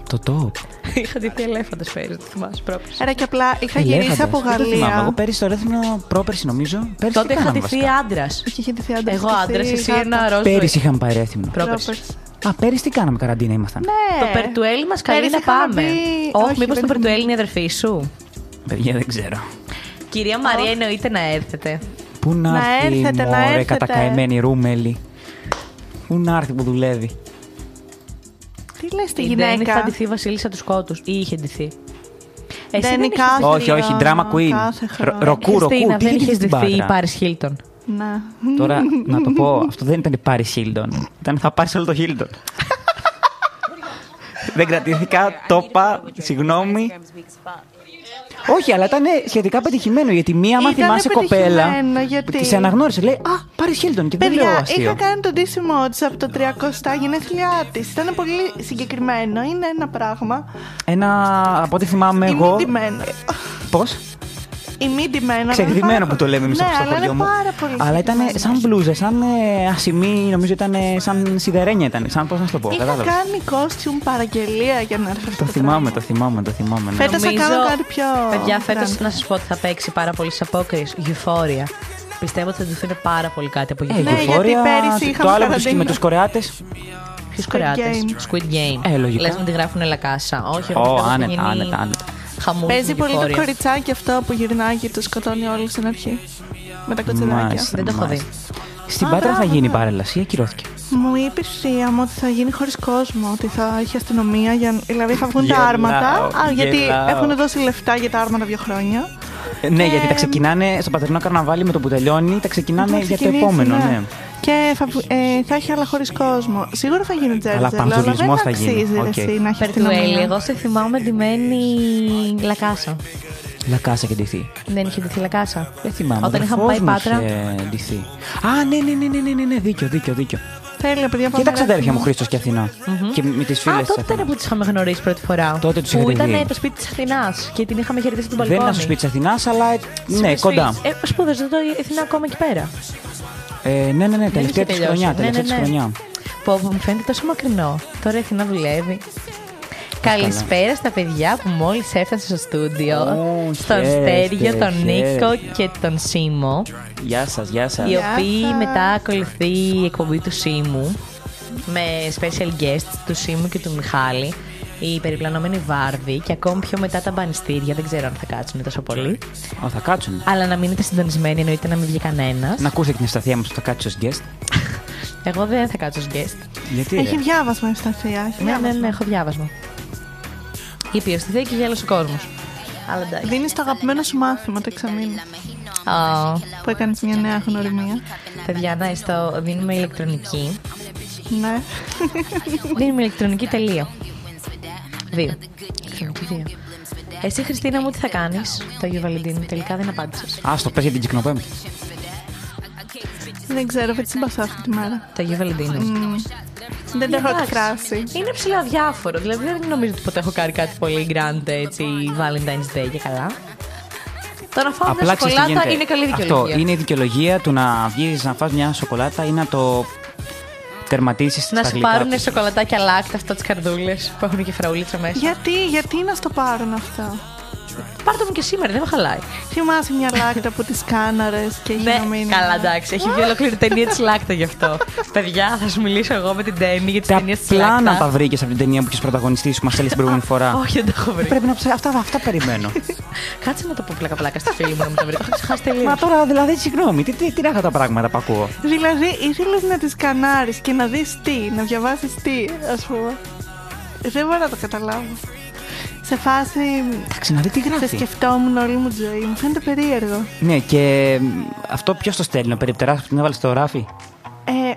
B: Το top.
C: (laughs) Είχα ντυθεί ελέφαντα πέρυσι, το θυμάσαι πρόπερση.
D: Άρα και απλά είχα γυρίσει
B: Ελέφαντας.
D: από
B: Ε, Δεν το θυμάμαι. Εγώ
D: Γαλλία.
B: πέρυσι το ρέθμινο πρόπερση νομίζω. Πέρυσι
C: Τότε
B: τι
C: είχα
B: κάναμε
C: ντυθεί
B: βασικά?
C: άντρας.
D: Και είχε ντυθεί άντρας.
C: Εγώ
D: είχε
C: άντρα,
D: ντυθεί
C: εσύ
D: γάτα.
C: ένα ροζ.
D: ε.
B: Πέρυσι είχαμε πάει ρέθμινο.
C: Πρόπερση.
D: Πρόπερση.
B: Α, πέρυσι τι κάναμε, καραντίνα ήμασταν.
D: Ναι.
C: Το περτουέλι μας καλεί
D: Πέρυσι
C: να
D: είχαμε
C: πάμε.
D: μπει-
C: Όχι,
D: όχι,
C: μήπως το
D: δεν
C: περτουέλι είναι η αδερφή σου.
B: Παιδιά, δεν ξέρω.
C: Κυρία Μαρία, εννοείται να έρθετε.
B: Πού να,
D: Να
B: έρθει,
D: έρθετε, να
B: μωρέ,
D: έρθετε.
B: κατακαημένη ρούμελη. Πού να έρθει που δουλεύει.
D: Τι λες τη
C: Η Ντένις θα
D: γυναίκα.
C: ντυθεί η Βασίλισσα του Σκότους. Ή είχε ντυθεί. Εσύ
D: Ντένι
C: δεν είχες
D: κάθε
B: Όχι, όχι,
D: χρόνο,
B: drama queen.
D: κάθε
B: Ρο-
D: χρόνο.
B: ροκ. Κούρο,
C: Χριστίνα,
B: κούρο, τι
C: δεν
B: είχε
C: είχες
B: στην
C: ντυθεί η
B: Πάτρα.
C: Πάρη Χίλτον.
D: Ναι.
B: Τώρα να το πω, (laughs) αυτό δεν ήταν πάρει Χίλτον. Ήταν θα πάρεις όλο το Χίλτον. δεν κρατήθηκα, το είπα, συγγνώμη. Όχι, αλλά ήταν σχετικά πετυχημένο γιατί μία, άμα
D: Ήτανε
B: θυμάσαι, κοπέλα.
D: πετυχημένο, γιατί?
B: Τη αναγνώρισε, λέει Α, πάρει Χίλτον και δεν λέω
D: Παιδιά, είχα
B: αστείο.
D: κάνει το ντύσιμό της από το 300 γενέθλιά της. Ήταν πολύ συγκεκριμένο. Είναι ένα πράγμα.
B: Ένα, από ό,τι θυμάμαι
D: Είμαι
B: εγώ.
D: ντυμένο.
B: Πώς?
D: Η μη ντυμένο.
B: Ξεκδημένο που το λέμε εμείς
D: ναι,
B: στο
D: αλλά
B: χωριό
D: είναι
B: μου.
D: πάρα πολύ.
B: Αλλά ήταν
D: συγκεκριμένο.
B: σαν μπλούζα, σαν ε, ασημή, νομίζω ήταν ε, σαν σιδερένια ήταν. Σαν πώς να σου το πω,
D: Είχα
B: κατάλαβες.
D: κάνει costume παραγγελία για να έρθω.
B: Το θυμάμαι, το θυμάμαι, το θυμάμαι. ναι.
D: Φέτος θα κάνω κάτι πιο
C: Παιδιά, φέτος
D: grand.
C: να σας πω ότι θα παίξει πάρα πολύ σε απόκριε. Γιουφόρια. Πιστεύω ότι θα του φέρει πάρα πολύ κάτι από
B: Ε,
C: εκεί.
D: Ναι,
B: ναι,
D: γιατί πέρυσι
B: το
D: είχαμε
B: άλλο που
D: καραντίνα.
B: με τους Κορεάτες.
C: Ποιους
D: Squid
C: κορεάτες.
D: Game.
C: Squid Game.
B: Ε, λογικά.
C: Λες να τη γράφουν λακάσα. Όχι,
B: Ω,
C: εγώ πιστεύω ότι θα
B: άνετα,
C: γίνει
B: άνετα, άνετα.
C: χαμούλης
D: Παίζει
C: με
D: πολύ το
C: Euphoria.
D: κοριτσάκι αυτό που γυρνάει και τους σκοτώνει όλους στην αρχή. Με τα κοτσιδάκια.
C: Δεν το έχω δει.
B: Στην
D: Α,
B: Πάτρα θα
D: μπράβο,
B: γίνει η
D: ναι.
B: παρέλαση, ακυρώθηκε.
D: Μου είπε η θεία μου ότι θα γίνει χωρίς κόσμο, ότι θα έχει αστυνομία. Για... Δηλαδή θα βγουν τα
B: Γελάω,
D: άρματα. Α, γιατί
B: γελάω.
D: έχουν δώσει λεφτά για τα άρματα δύο χρόνια.
B: Ε, Ναι, γιατί τα
D: ε,
B: ξεκινάνε στο πατερνό καρναβάλι με το που τελειώνει, τα ξεκινάνε
D: Έχουν
B: για το
D: ξεκινήσει,
B: επόμενο, ναι.
D: Και θα, βγ- ε, θα έχει άλλα χωρίς κόσμο. Σίγουρα θα γίνει τζέρτζελ.
B: πανζουλισμός θα
D: δεν
B: γίνει.
D: αξίζει
B: Οκ.
D: ρε, εσύ, να έχει
C: Περτουέλι,
D: αστυνομία.
C: εγώ σε θυμάμαι ντυμένη λακάσα.
B: Λακάσα και ντυθεί.
C: Δεν είχε ντυθεί λακάσα.
B: Δεν θυμάμαι.
C: Όταν
B: ο
C: είχα πάει
B: αδερφός μου
C: πάτρα.
B: είχε ντυθεί. Α, ναι, ναι, ναι, ναι, ναι, ναι, ναι, δίκιο, δίκιο, δίκιο.
D: Τέλεια, παιδιά. πάμε
B: Κοίταξα
D: να
B: τα αδέρφια μου
D: έρθουμε.
B: Χρήστος και Αθηνά. Και με τις φίλες
C: Α, τότε ήταν που του είχαμε γνωρίσει πρώτη φορά.
B: Τότε τους
C: Που
B: είχατε δει.
C: ήταν το σπίτι της Αθηνάς και την είχαμε χαιρετήσει τον
B: Δεν
C: παλικόνι.
B: είναι στο σπίτι της Αθηνάς, αλλά ε, ναι,
C: Στις
B: κοντά.
C: φίλες. Ε, σπούδαζε το η Αθηνά ακόμα εκεί πέρα.
B: Ε, ναι, ναι, ναι,
C: Δεν είχε
B: τελευταία της
C: τελειώσεις.
B: χρονιά.
C: Ναι,
B: Τελευταία
C: ναι,
B: της
C: ναι.
B: χρονιά.
C: Πω, πω, μου φαίνεται τόσο μακρινό. Τώρα η Αθηνά δουλεύει. Καλησπέρα στα παιδιά που μόλις έφτασε στο στούντιο.
B: Ω,
C: στον
B: χαίρετε,
C: Στέργιο, τον
B: χαίρετε.
C: Νίκο και τον Σίμο.
B: Γεια σας, γεια σας.
C: Οι οποίοι
D: σας.
C: μετά ακολουθεί η εκπομπή του Σίμου με special guests του Σίμου και του Μιχάλη. Η περιπλανόμενη Βάρδη και ακόμη πιο μετά τα μπανιστήρια. Δεν ξέρω αν θα κάτσουν τόσο πολύ.
B: Θα κάτσουν.
C: Αλλά να μείνετε συντονισμένοι, εννοείται να μην βγει κανένας.
B: Να ακούσετε και την ευσταθία μου στο κάτσε ως guest.
C: Εγώ δεν θα κάτσω ως guest.
B: Γιατί.
D: Έχει
B: ρε?
D: διάβασμα η σταθεία. έχει
C: Ναι, ναι,
D: διάβασμα.
C: ναι, έχω διάβασμα. Η οποία στη και γέλασε ο κόσμος. Αλλά εντάξει.
D: Δίνεις το αγαπημένο σου μάθημα το εξαμήνου
C: Ω,
D: που έκανες μια νέα γνωριμία.
C: Παιδιά, να στο δίνουμε ηλεκτρονική.
D: Ναι.
C: Δίνουμε ηλεκτρονική τελεία. Δύο. Ηλεκτρονική δύο. Εσύ, Χριστίνα μου, τι θα κάνεις το Αγίου Βαλεντίνου. Τελικά δεν απάντησες.
B: Άστο, πες για την κυκνοπέμπτη.
D: Δεν ξέρω, δεν την αυτή τη μέρα.
C: Το Αγίου Βαλεντίνου.
D: Δεν τα έχω
C: Εντάξει.
D: εκφράσει.
C: Είναι ψηλά διάφορο. Δηλαδή δεν νομίζω ότι ποτέ έχω κάνει κάτι πολύ grand έτσι Valentine's Day και καλά. Το να φάω μια
B: Απλά ξέρεις τι
C: σοκολάτα
B: γίνεται.
C: είναι καλή δικαιολογία.
B: Αυτό είναι η δικαιολογία του να βγεις να φας μια σοκολάτα ή να το τερματίσεις
C: Να
B: στα
C: σου
B: γλυκά.
C: πάρουν
B: τους.
C: σοκολατάκια λάκτα αυτά τις καρδούλες που έχουν και φραούλιτσα μέσα.
D: Γιατί, γιατί να στο πάρουν αυτό.
C: Πάρτε μου και σήμερα, δεν με χαλάει.
D: Θυμάσαι μια λάκτα που τις κάναρες και έχει να μείνει.
C: Ναι, καλά, εντάξει. Έχει βγει ολόκληρη ταινία της λάκτα γι' αυτό. Παιδιά, θα σου μιλήσω εγώ με την Τέμι για τις
B: Τα
C: ταινίες της
B: πλάνα τα
C: λάκτα.
B: βρήκες από την ταινία που είχες πρωταγωνιστή που μας έλεγε την
C: (laughs)
B: προηγούμενη φορά.
C: Όχι, δεν τα έχω βρει.
B: Πρέπει να ψάξω. Αυτά, αυτά
C: (laughs)
B: περιμένω.
C: Κάτσε να το πω πλάκα-πλάκα στη φίλη μου να μου τα βρει. Το έχω ξεχάσει
B: Μα
C: τελείω.
B: τώρα δηλαδή, συγγνώμη, τι, τι, τι ράχα τα πράγματα που ακούω.
D: Δηλαδή, ήθελες να τις κανάρεις και να δεις τι, να διαβάσεις τι, ας πούμε. Δεν μπορώ να το καταλάβω. Σε φάση.
B: Εντάξει, να δει τι
D: Σε
B: γράφει.
D: σκεφτόμουν όλη μου τη ζωή. Μου φαίνεται περίεργο.
B: Ναι, και μ, αυτό ποιος το στέλνει, ο περιπτεράς που την έβαλε στο ράφι.
D: Ε,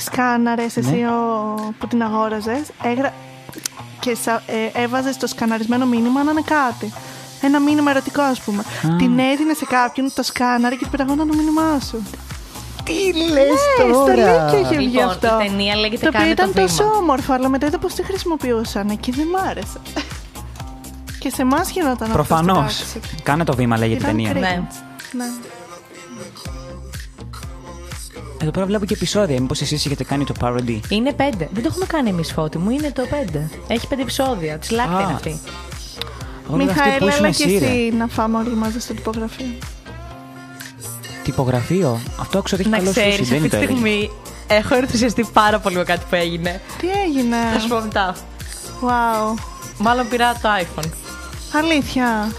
D: σκάναρε εσύ
B: Ναι.
D: ο, που την αγόραζες. Έγρα... Και σα- ε, έβαζες στο σκαναρισμένο μήνυμα να είναι κάτι. Ένα μήνυμα ερωτικό, ας πούμε. Την έδινε σε κάποιον, το σκάναρε και πειραγόταν το μήνυμά σου.
B: Τι λες
D: Ναι, στο Λύκειο είχε βγει
C: Λοιπόν,
D: αυτό.
C: η ταινία λέγεται
D: Το οποίο
C: «Κάνε το
D: ήταν τόσο
C: βήμα».
D: όμορφο, αλλά μετά είδα πώς τη χρησιμοποιούσαν και δεν μ' άρεσε. και σε εμάς γινόταν αυτό. στην
B: Προφανώ.
D: τάξη.
B: Κάνε το βήμα, λέγεται η
D: Ήταν
B: ταινία.
D: cringe.
C: Ναι.
D: Ναι.
B: Εδώ πέρα βλέπω και επεισόδια. Μήπως εσείς είχετε κάνει το parody.
C: Είναι πέντε. Δεν το έχουμε κάνει εμείς φώτη μου. Είναι το πέντε. Έχει πέντε επεισόδια. Της λάκτα
B: Α.
C: είναι αυτή.
B: Όλοι αυτοί που
D: Μιχαήλ,
B: ήσουν
D: έλα και
B: εσύ, ρε.
D: εσύ να φάμε όλοι μαζί στο τυπογραφείο.
B: Τυπογραφείο. Αυτό άκουσα ότι έχει
C: Να
B: καλό
C: ξέρεις,
B: σούσι, δεν
C: αυτή τη
B: είναι το ίδιο.
C: στιγμή έχω ενθουσιαστεί πάρα πολύ με κάτι που έγινε.
D: Τι έγινε.
C: Θα σου πω μετά.
D: Wow.
C: Μάλλον πειρά το iPhone.
D: Αλήθεια.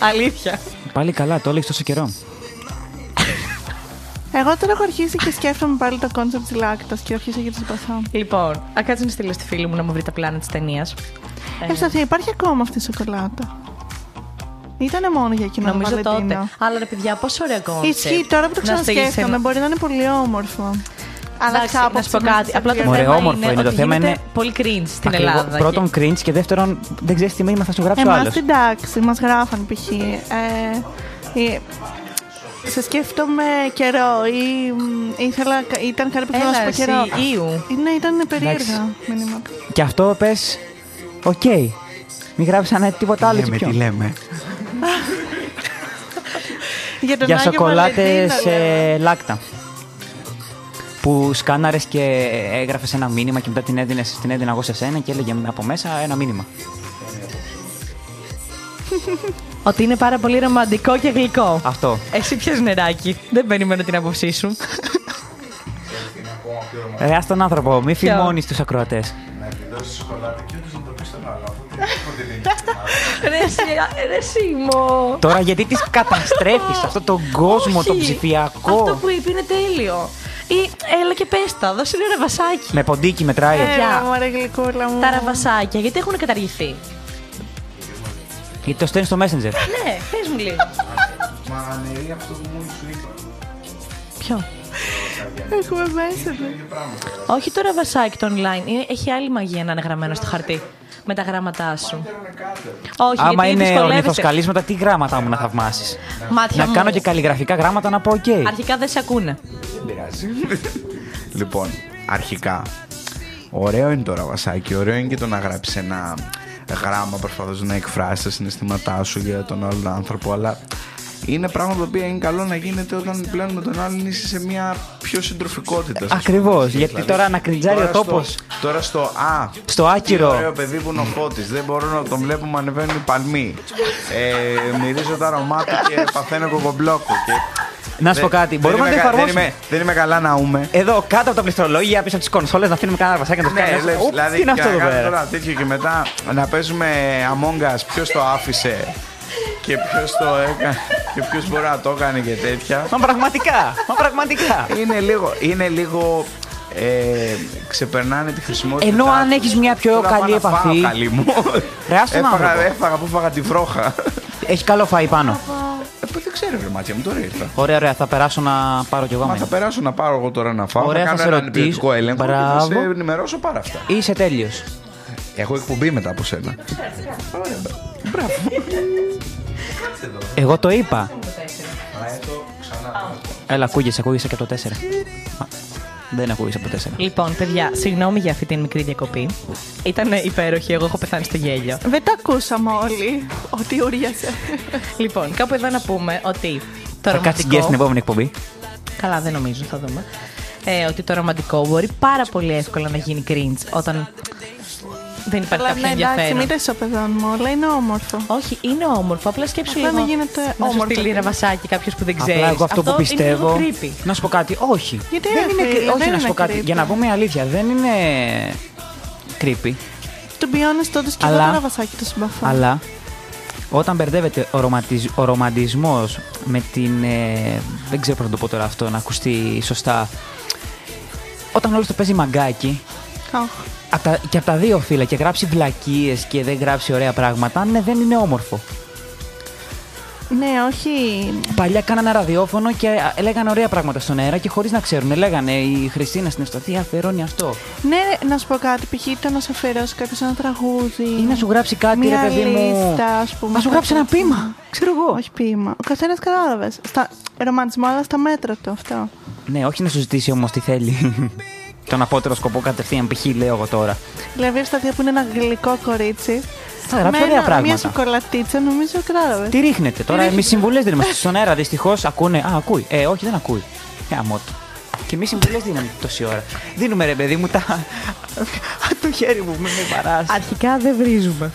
C: Αλήθεια.
B: Πάλι καλά, το έλεγες τόσο καιρό.
D: Εγώ τώρα έχω αρχίσει και σκέφτομαι πάλι το κόνσεπτ της λάκτας και αρχίζω και τη συμπαθώ.
C: Λοιπόν, α κάτσε να στείλω στη φίλη μου να μου βρει τα πλάνα της ταινίας. Ε.
D: Εύσταθια, υπάρχει ακόμα αυτή η σοκολάτα. Ήτανε μόνο για κοινό
C: Νομίζω
D: το Βαλεντίνο.
C: τότε. Αλλά ρε παιδιά, πόσο ωραίο κόνσεπτ.
D: Ισχύει τώρα που το
C: Να στείλεις
D: ξανασκέφτομαι.
C: ένα-
D: Μπορεί να είναι πολύ όμορφο. Αλλά
C: Εντάξει,
D: κάπω.
C: να σου πω κάτι. Απλά το
B: Μωρέ,
C: θέμα
B: όμορφο
C: είναι,
B: είναι, το
C: ότι
B: θέμα
C: γίνεται
B: είναι-
C: πολύ cringe στην
B: Ακριβώς.
C: Ελλάδα.
B: Πρώτον, cringe και δεύτερον, δεν ξέρεις τι μήνυμα θα σου γράψει ο
D: Εμάς
B: άλλος.
D: την τάξη μας γράφαν π.χ. Ε, ε, σε σκέφτομαι καιρό ή μ, ήθελα, ήταν κάτι που θέλω να σου
C: Έλα
D: πω καιρό.
C: εσύ, Ιου.
D: Ναι, ήταν περίεργα μηνύματα.
B: Και αυτό πες. Οκ. Μην γράψει ένα τίποτα
E: Ναι,
B: άλλο. και πιο.
E: λέμε.
D: Για, τον
B: Για ε,
D: Άγιο
B: σοκολάτες
D: Βαλεντίνο, λέω.
B: λάκτα. Που σκάναρες και έγραφες ένα μήνυμα και μετά την έδινες την έδινα εγώ σε σένα και έλεγε από μέσα ένα μήνυμα.
C: Ότι είναι πάρα πολύ ρομαντικό και γλυκό.
B: Αυτό.
C: Εσύ πιες νεράκι. Δεν περιμένω την άποψή σου.
B: Ε, ας τον άνθρωπο, μη
C: Ποιο?
B: φημώνεις τους ακροατές.
G: Να επιδώσει σοκολάτα και όντω να το πεις στον άλλο. Αφού την κοντινή.
C: (laughs) Ρε εσύ, ρε εσύ, μου.
B: Τώρα γιατί τις καταστρέφεις αυτό τον κόσμο,
C: Όχι.
B: το ψηφιακό.
C: Αυτό που είπε είναι τέλειο. Ή έλα και πέστα, δώσε ένα ραβασάκι.
B: Με ποντίκι μετράει.
C: Ε.
D: Έλα μου, ρε γλυκούλα μου.
C: Τα ραβασάκια, γιατί έχουν καταργηθεί.
B: Γιατί το στέλνεις στο Messenger.
C: Ναι, πες μου λίγο.
G: Μα αναιρεί αυτό που μόλις σου είπα.
C: Ποιο.
D: Έχουμε μέσα. ναι.
C: Όχι το ραβασάκι το online. είναι- Έχει άλλη μαγεία να είναι γραμμένο στο χαρτί. Με τα γράμματά σου. Όχι,
B: Άμα
C: γιατί
B: είναι
C: δυσκολεύεσαι.
B: ορνηθοσκαλίσματα, τι γράμματα μου να θαυμάσεις.
C: Μάτια
B: Να
C: μου.
B: κάνω και καλλιγραφικά γράμματα να πω οκ.
C: Αρχικά δεν σε ακούνε.
G: Δεν πειράζει. λοιπόν, αρχικά. Ωραίο είναι το ραβασάκι, ωραίο είναι και το να γράψεις ένα γράμμα προσπαθώντας να εκφράσεις τα συναισθήματά σου για τον άλλον άνθρωπο, αλλά είναι πράγμα το οποίο είναι καλό να γίνεται όταν πλέον με τον άλλον είσαι σε μια πιο συντροφικότητα. ας πούμε,
B: Ακριβώς,
G: σχέση.
B: γιατί τώρα να κριντζάρει
G: τώρα
B: ο
G: στο-
B: τόπος.
G: Τώρα στο Α,
B: Στο
G: τι ωραίο
B: άκυρο.
G: παιδί που είναι ο Φώτης. Δεν μπορώ να τον βλέπω μου ανεβαίνουν οι παλμοί. Ε, μυρίζω τα αρωμά του και παθαίνω κοκομπλόκο. Και...
B: Να σου πω
G: Δεν-
B: κάτι.
G: δεν
B: Μπορούμε να το
G: είμαι κα- δεν
B: εφαρμόσουμε.
G: είμαι- Δεν είμαι καλά να ούμε.
B: Εδώ κάτω από τα πληκτρολόγια, πίσω από τις κονσόλες, να αφήνουμε κανένα βασάκι να το
G: Ναι,
B: κάνουμε.
G: λες,
B: Οπ,
G: δηλαδή
B: Τι είναι
G: και
B: αυτό εδώ
G: να κάνουμε
B: πέρα.
G: τώρα τέτοιο και μετά να παίζουμε Among Us ποιος το άφησε και ποιος το έκανε και ποιος μπορεί να το έκανε και τέτοια.
B: Μα πραγματικά, μα πραγματικά.
G: Είναι λίγο, είναι λίγο ε, ξεπερνάνε τη χρησιμότητα.
B: Ενώ αν έχεις μια πιο καλή επαφή-
G: Καλή μου.
B: Ρε, άστον
G: έφαγα,
B: άνθρωπο.
G: έφαγα που φάγα τη βρόχα.
B: Έχει καλό φαΐ πάνω.
G: Ε, παι, δεν ξέρω, ρε μάτια μου, τώρα ήρθα.
B: Ωραία, ωραία, θα περάσω να πάρω κι εγώ.
G: Μα θα
B: μένα.
G: περάσω να πάρω εγώ τώρα να φάω.
B: Ωραία,
G: θα
B: θα
G: κάνω
B: σε
G: έναν
B: ρωτήσω.
G: υπηρετικό έλεγχο και θα
B: Μπράβο.
G: σε ενημερώσω πάρα αυτά.
B: Είσαι τέλειος.
G: Έχω εκπομπή μετά από σένα. Ωραία, Μπράβο.
B: Εγώ το είπα. Έλα, ακούγεσαι, ακούγεσαι και από το 4. Δεν ακούγεσαι από το 4.
C: Λοιπόν, παιδιά, συγγνώμη για αυτή την μικρή διακοπή. Ήταν υπέροχη, εγώ έχω πεθάνει στο γέλιο.
D: Δεν τα ακούσαμε όλοι ότι ούριασε.
C: Λοιπόν, κάπου εδώ να πούμε ότι το
B: Θα κάτσεις γκέ στην
C: ρομαντικό.
B: επόμενη εκπομπή.
C: Καλά, δεν νομίζω, θα δούμε. Ε, ότι το ρομαντικό μπορεί πάρα πολύ εύκολα να γίνει cringe όταν δεν υπάρχει
D: Αλλά
C: κάποιο
D: ναι, εντάξει,
C: ενδιαφέρον.
D: μην τα ισοπεδώνουμε όλα, είναι όμορφο.
C: Όχι, είναι όμορφο. Απλά σκέψου
D: Απλά
C: λίγο.
D: να γίνεται
C: να σου
D: όμορφο.
C: στείλει ένα βασάκι κάποιος που δεν ξέρει.
B: Απλά εγώ αυτό που πιστεύω.
C: Είναι λίγο creepy.
B: Να σου πω κάτι. Όχι.
D: Γιατί
B: δεν
D: ρε,
B: είναι,
D: φίλε,
B: Όχι,
D: δεν
B: να σου
D: είναι
B: πω κάτι.
D: creepy.
B: Για να πούμε η αλήθεια, δεν είναι creepy.
D: To be honest, όντως και εγώ
B: Αλλά-
D: το ραβασάκι το συμπαθώ.
B: Αλλά όταν μπερδεύεται ο, ρομαντισ- ο ρομαντισμός με την... ε, δεν ξέρω πώς να το πω τώρα αυτό, να ακουστεί σωστά. Όταν όλος το παίζει μαγκάκι
D: Αχ,
B: απ' τα- και από τα δύο φύλλα και γράψει βλακίες και δεν γράψει ωραία πράγματα, ναι, δεν είναι όμορφο.
D: Ναι, όχι.
B: Παλιά κάνανε ραδιόφωνο και α, λέγανε ωραία πράγματα στον αέρα και χωρίς να ξέρουν. Λέγανε η Χριστίνα στην Ευσταθία αφιερώνει αυτό.
D: Ναι, να σου πω κάτι. Π.χ. ήταν να σε αφαιρέσει κάποιο ένα τραγούδι.
B: Ή να σου γράψει κάτι,
D: Μια
B: ρε παιδί μου.
D: λίστα, ας πούμε.
B: Να σου γράψει ένα πείμα. Ξέρω εγώ.
D: Όχι ποίημα. Ο καθένας κατάλαβες. Στα... Ρομαντισμό, αλλά στα μέτρα του αυτό.
B: Ναι, όχι να σου ζητήσει όμως τι θέλει. (laughs) Τον απότερο σκοπό κατευθείαν, π.χ. λέω εγώ τώρα.
D: Δηλαδή, η Ευσταθία που είναι ένα γλυκό κορίτσι.
B: Θα γράψει
D: με
B: ωραία
D: ένα- Μια
B: πράγματα.
D: σοκολατίτσα, νομίζω κατάλαβε.
B: Τι ρίχνετε τώρα, εμεί συμβουλές δίνουμε. Στον αέρα δυστυχώς ακούνε. Α, ακούει. Ε, όχι, δεν ακούει. Ε, αμότο. Και εμείς συμβουλές δίνουμε τόση ώρα. Δίνουμε ρε παιδί μου τα. (laughs) το χέρι μου, μην με παράσει.
C: Αρχικά δεν βρίζουμε.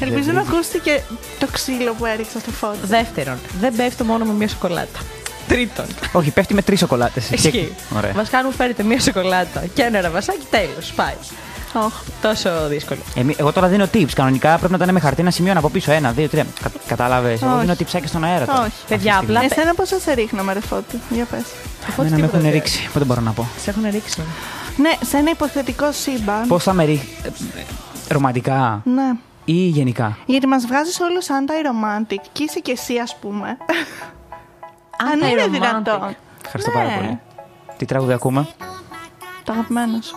D: Ελπίζω
B: Δηλαδή.
D: να ακούστηκε το ξύλο που έριξα στο φόντο.
C: Δεύτερον, δεν πέφτω μόνο με μία σοκολάτα.
B: (laughs)
C: Τρίτον,
B: όχι, πέφτει με τρεις σοκολάτες.
C: ισχύει.
B: Ωραία.
C: Μας κάνουν φέρετε μία σοκολάτα και ένα ραβασάκι, τέλος. Πάει.
D: Οχ.
C: Τόσο δύσκολο.
B: Εμεί- εγώ τώρα δίνω tips. Κανονικά πρέπει να ήταν με χαρτί ένα σημείο από πίσω. Ένα, δύο, τρία. Κα, Κατάλαβες. Εγώ
D: Όχι.
B: δίνω tips στον αέρα τώρα.
D: Όχι.
C: Παιδιά,
B: Αυτή τη
C: απλά.
D: Εσένα πόσα σε ρίχνω, ρε Φώτη. Για πες.
B: Εμένα με έχουν ρίξει. Πότε μπορώ να πω.
C: Σε έχουν ρίξει.
D: Ναι, σε ένα υποθετικό σύμπαν.
B: Πώς θα με ρίχνει. Ρομαντικά
D: Ναι.
B: ή γενικά.
D: Γιατί μας βγάζεις όλους anti-romantic και είσαι και εσύ ας
B: (laughs)
D: πούμε. Αν είναι
C: Anti-romantic.
D: δυνατόν.
B: Ευχαριστώ
D: Ναι.
B: πάρα πολύ. Τι τραγούδι ακούμε.
D: Το αγαπημένος σου.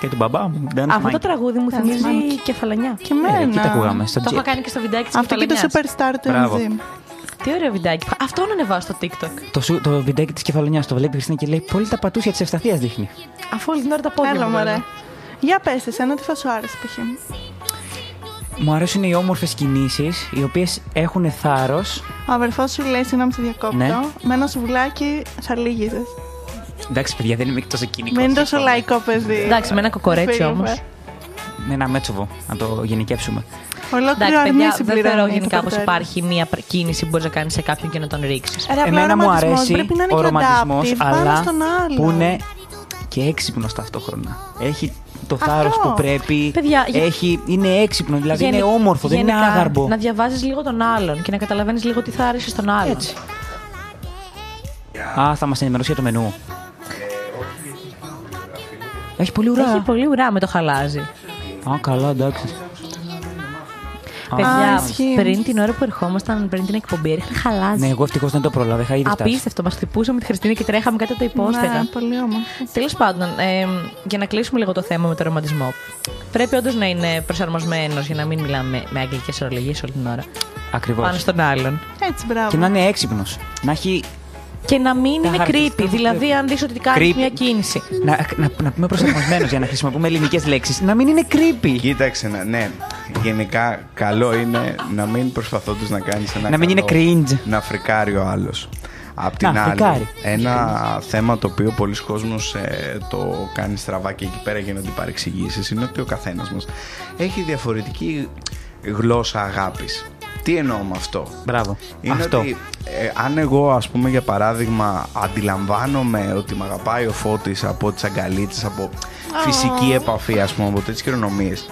B: Και του μπαμπά μου. Δεν
C: Αυτό το τραγούδι μου θυμίζει
D: Monkey.
C: κεφαλανιά.
D: Και
B: Ε, εκεί τα
D: εμένα.
B: ακούγαμε. Στο
C: Το είχα
B: τζι-
C: κάνει και στο βιντεάκι της
D: Αυτό και το
C: κεφαλανιάς.
D: superstar του
B: Μπράβο.
D: MZ.
C: Τι ωραίο βιντεάκι. Αυτό να ανεβάσω στο TikTok.
B: Το, σου- το βιντεάκι της κεφαλονιάς το βλέπει η Χριστίνα και λέει Πολύ τα πατούσια της Ευσταθίας δείχνει.
C: Αφού όλη την ώρα τα πόδια
D: Έλα
C: μου
D: μωρέ.
C: βγαίνουν.
D: Για πες εσένα τι θα σου άρεσε π.χ.
B: Μου αρέσουν οι όμορφες κινήσεις, οι οποίες έχουν θάρρος.
D: Ο αδερφός σου λέει συγγνώμη σε
B: Ναι.
D: διακόπτω. Με ένα σουβλάκι θα λύγιζες.
B: Εντάξει, παιδιά, δεν είμαι τόσο κοινικός.
D: Μην είναι τόσο λαϊκό παιδί.
C: Εντάξει, με ένα κοκορέτσι
D: Φίλε,
C: όμω.
D: ε.
B: Με ένα μέτσοβο, να το γενικεύσουμε.
D: Ολόκληρο
C: Εντάξει,
D: αρνί
C: παιδιά, δεν θεωρώ
D: συμπληρώνει.
C: γενικά πω
D: το
C: υπάρχει μία πρα- κίνηση που μπορείς να κάνεις σε κάποιον και να τον ρίξεις.
D: Ρε, απλά
B: Εμένα
D: ο
B: μου
D: ρομαντισμός
B: αρέσει
D: πρέπει να είναι
B: ο
D: και
B: ρομαντισμό,
D: adaptive πάνω
B: αλλά
D: στον άλλο.
B: που είναι και έξυπνος ταυτόχρονα. Έχει το
D: Αυτό.
B: θάρρος που πρέπει.
C: Παιδιά, γε-
B: έχει, είναι έξυπνο, δηλαδή είναι
C: Γενικ-
B: όμορφο, δεν είναι
C: γενικά,
B: άγαρμπο.
C: Να διαβάζεις λίγο τον άλλον και να καταλαβαίνεις λίγο τι θα άρεσε στον άλλον.
B: Έτσι. Α, θα μας ενημερώσει για το μενού. Έχει πολύ ουρά.
C: Έχει πολύ Ε, ουρά με το χαλάζι.
B: Α, καλά, εντάξει. Α,
C: Παιδιά,
D: ισχύει.
C: πριν την ώρα που ερχόμασταν, πριν την εκπομπή, έριχνε χαλάζι.
B: Ναι, εγώ ευτυχώς δεν το πρόλαβα. Είχα ήδη φτάσει.
C: Απίστευτο, μας χτυπούσαμε τη Χριστίνα και τρέχαμε κάτω από τα υπόστεγα.
D: Ναι, πολύ όμορφο.
C: Τέλος πάντων, ε, για να κλείσουμε λίγο το θέμα με το ρομαντισμό. Πρέπει όντως να είναι προσαρμοσμένος για να μην μιλάμε με, με αγγλικές ορολογίες όλη την ώρα.
B: Ακριβώς.
C: Πάνω στον άλλον.
D: Έτσι, μπράβο.
B: Και να είναι έξυπνος. Να έχει.
C: Και να μην
B: Τα
C: είναι
B: χαρακτηριστικά
C: creepy.
B: που
C: Δηλαδή,
B: πρέπει.
C: αν δεις ότι κάνει
B: Creepy.
C: μια κίνηση.
B: Να, να, να πούμε προσαρμοσμένος για να χρησιμοποιούμε ελληνικές λέξεις. Να μην είναι creepy.
G: Κοίταξε να, ναι. Γενικά, καλό είναι να μην προσπαθώντας να κάνεις ένα.
B: Να μην
G: καλό-
B: είναι cringe.
G: Να φρικάρει ο άλλος. Απ' την
B: Να,
G: άλλη,
B: φρικάρει.
G: ένα θέμα το οποίο πολλοί κόσμος ε, το κάνει στραβά και εκεί πέρα γίνονται παρεξηγήσεις είναι ότι ο καθένας μας έχει διαφορετική γλώσσα αγάπης. Τι εννοώ με αυτό.
B: Μπράβο.
G: Είναι
B: Αυτό.
G: ότι ε, αν εγώ ας πούμε για παράδειγμα αντιλαμβάνομαι ότι με αγαπάει ο Φώτης από τις αγκαλίτσες, από φυσική επαφή ας πούμε, από τέτοιες χειρονομίες.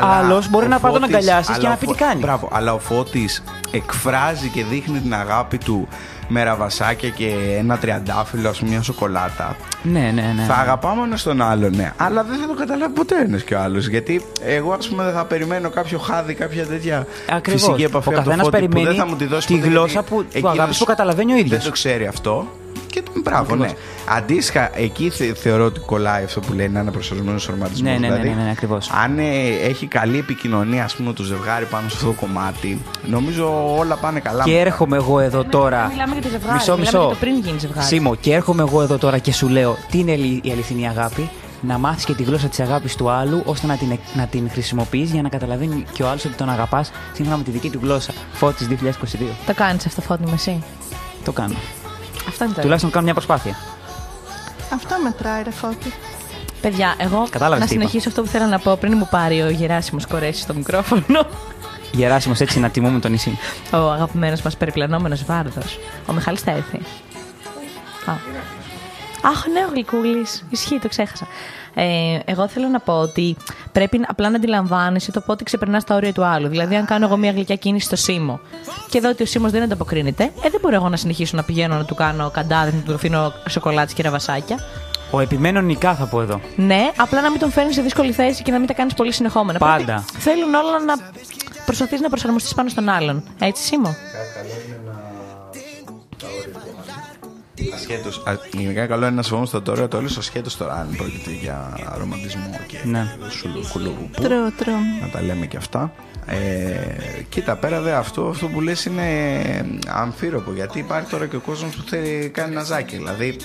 G: Αλλά
B: Άλλος μπορεί
G: ο
B: να πάει να τον
G: Φώτης-
B: αγκαλιάσεις και
G: αλλά
B: να
G: ο
B: πει τι
G: Φώ-
B: κάνει.
G: Μπράβο, αλλά ο Φώτης εκφράζει και δείχνει την αγάπη του με ραβασάκια και ένα τριαντάφυλλο, ας πούμε, μια σοκολάτα.
B: Ναι, ναι, ναι.
G: Θα αγαπάμε ένας τον άλλον, ναι. Αλλά δεν θα το καταλάβει ποτέ ένα κι άλλος. Γιατί εγώ, ας πούμε, δεν θα περιμένω κάποιο χάδι, κάποια τέτοια
B: Ακριβώς.
G: φυσική επαφή.
B: Ο
G: από το
B: καθένας
G: φώτι που
B: περιμένει
G: δεν θα μου τη, δώσει
B: τη
G: ποτέ,
B: γλώσσα
G: γιατί
B: που- που
G: εκείνος
B: αγάπης που καταλαβαίνει ο ίδιος.
G: Δεν το ξέρει αυτό. Και τον μπράβο, ναι.
B: Ακριβώς.
G: Αντίστοιχα, εκεί θε- θεωρώ ότι κολλάει αυτό που λέει να είναι προσωρισμένο ορματισμό.
B: Ναι, ναι, ναι, ναι, ναι, ακριβώς.
G: δηλαδή, Αν ε, έχει καλή επικοινωνία, ας πούμε, το ζευγάρι πάνω σε αυτό το κομμάτι, νομίζω όλα πάνε καλά.
B: Και
G: μετά.
B: έρχομαι εγώ εδώ τώρα.
C: Μιλάμε για το ζευγάρι,
B: Μισό,
C: μιλάμε
B: μισό.
C: για το πριν γίνει ζευγάρι.
B: Σίμω, και έρχομαι εγώ εδώ τώρα και σου λέω τι είναι η αληθινή αγάπη. Να μάθεις και τη γλώσσα της αγάπης του άλλου, ώστε να την, να την χρησιμοποιείς για να καταλαβαίνει και ο άλλος ότι τον αγαπάς σύμφωνα με τη δική του γλώσσα. Φώτης 2022.
C: Το κάνεις αυτό, φώτη με εσύ.
B: Το κάνω.
C: Αυτό είναι το.
B: Τουλάχιστον κάνω μια προσπάθεια.
D: Αυτό μετράει, ρε φώτη.
C: Παιδιά, εγώ
B: Κατάλαβες
C: να
B: τι είπα.
C: συνεχίσω αυτό που θέλω να πω πριν μου πάρει ο Γεράσιμος Κορέσης το μικρόφωνο.
B: Γεράσιμος έτσι να τιμούμε τον νησί.
C: Ο αγαπημένος μας περιπλανόμενος βάρδος. Ο Μιχάλης θα έρθει. Α. Αχ, ναι, ο Γλυκούλης. Ισχύει, το ξέχασα. Ε, εγώ θέλω να πω ότι πρέπει απλά να αντιλαμβάνεσαι το πότε ξεπερνάς τα όρια του άλλου. Δηλαδή, αν κάνω εγώ μια γλυκιά κίνηση στο Σίμω και δω ότι ο Σίμω δεν ανταποκρίνεται, ε, δεν μπορώ εγώ να συνεχίσω να πηγαίνω να του κάνω καντάδες, να του αφήνω σοκολάτε και ραβασάκια.
B: Ο επιμένων νικά θα πω εδώ.
C: Ναι, απλά να μην τον φέρνεις σε δύσκολη θέση και να μην τα κάνεις πολύ συνεχόμενα.
B: Πάντα.
C: Πρέπει- Θέλουν όλα να προσπαθείς να προσαρμοστείς πάνω στον άλλον. Έτσι, Σίμω.
G: Ασχέτως, α, γενικά καλό είναι να σεβόμαστε τα τώρα το όλο ασχέτως τώρα αν πρόκειται για ρομαντισμό και
B: Ναι.
G: σουλου- κουλουπού.
D: Τρου, τρου.
G: Να τα λέμε και αυτά. Ε, κοίτα, πέρα δε αυτό, αυτό που λες είναι αμφίροπο γιατί υπάρχει τώρα και ο κόσμος που θέλει κάνει ένα ζάκι. Δηλαδή,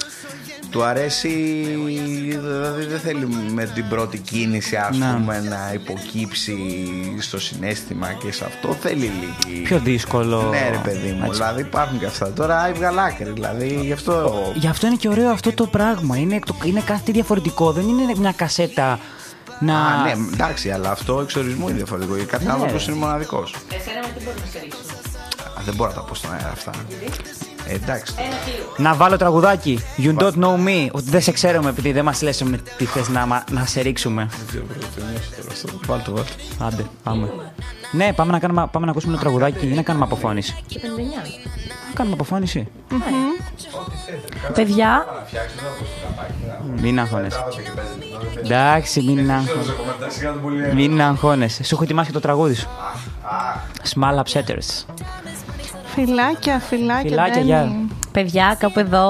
G: του αρέσει, δηλαδή δεν θέλει με την πρώτη κίνηση ας
B: Ναι.
G: πούμε να υποκύψει στο συνέστημα και σε αυτό θέλει λίγη.
B: Πιο δύσκολο.
G: Ναι, ρε παιδί μου.
B: Έτσι.
G: Δηλαδή υπάρχουν και αυτά. Τώρα έβγαλα άκρη. Δηλαδή γι' αυτό.
B: Γι' αυτό είναι και ωραίο αυτό το πράγμα. Είναι, το, είναι κάτι διαφορετικό. Δεν είναι μια κασέτα να.
G: Α, ναι, εντάξει, αλλά αυτό εξ ορισμού είναι διαφορετικό. Γιατί κάθε
B: Ναι.
G: άνθρωπος είναι μοναδικός. Δεν μπορώ να τα πω στον αέρα αυτά. Ε, εντάξει.
B: Να βάλω τραγουδάκι. You don't know me. Ότι δεν σε ξέρουμε επειδή δεν μας λες με τι θες να, μα- να σε ρίξουμε.
G: Βάλτε, βάλτε.
B: Άντε, πάμε. Ναι, πάμε να, κάνουμε, πάμε να ακούσουμε ένα τραγουδάκι ή να κάνουμε αποφώνηση.
C: Και 59.
B: Να κάνουμε αποφώνηση.
C: Παιδιά,
B: Μην αγχώνεσαι. Εντάξει, μην αγχώνεσαι. Μην αγχώνεσαι. Σου έχω ετοιμάσει το τραγούδι σου. Small upsetters.
D: Φιλάκια, φιλάκια.
B: Φιλάκια,
D: Ντένι.
B: γεια.
C: παιδιά, κάπου εδώ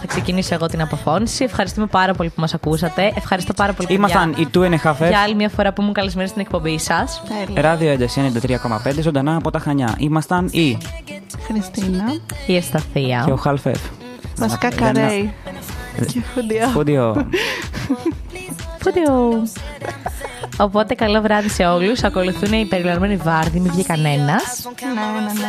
C: θα ξεκινήσω εγώ την αποφώνηση. Ευχαριστούμε πάρα πολύ που μας ακούσατε. Ευχαριστώ πάρα πολύ
B: Ήμασταν
C: παιδιά,
B: οι two and a half F.
C: για άλλη μια φορά που ήμουν καλεσμένη στην εκπομπή σας.
D: Τέλεια.
B: Ράδιο Ένταση 93,5 ζωντανά από τα Χανιά. Ήμασταν η
D: Χριστίνα.
C: Η
B: και ο
C: Εσταθία.
B: Half F.
D: Βασικά
B: Δεν- δεν-
D: καρέι. Και χουντιά.
B: Φούντιο.
C: Φούντιο. Οπότε καλό βράδυ σε όλους. Ακολουθούν οι περιλαμβανόμενοι βάρδοι, μην βγει κανένας.
D: Ναι, ναι, ναι.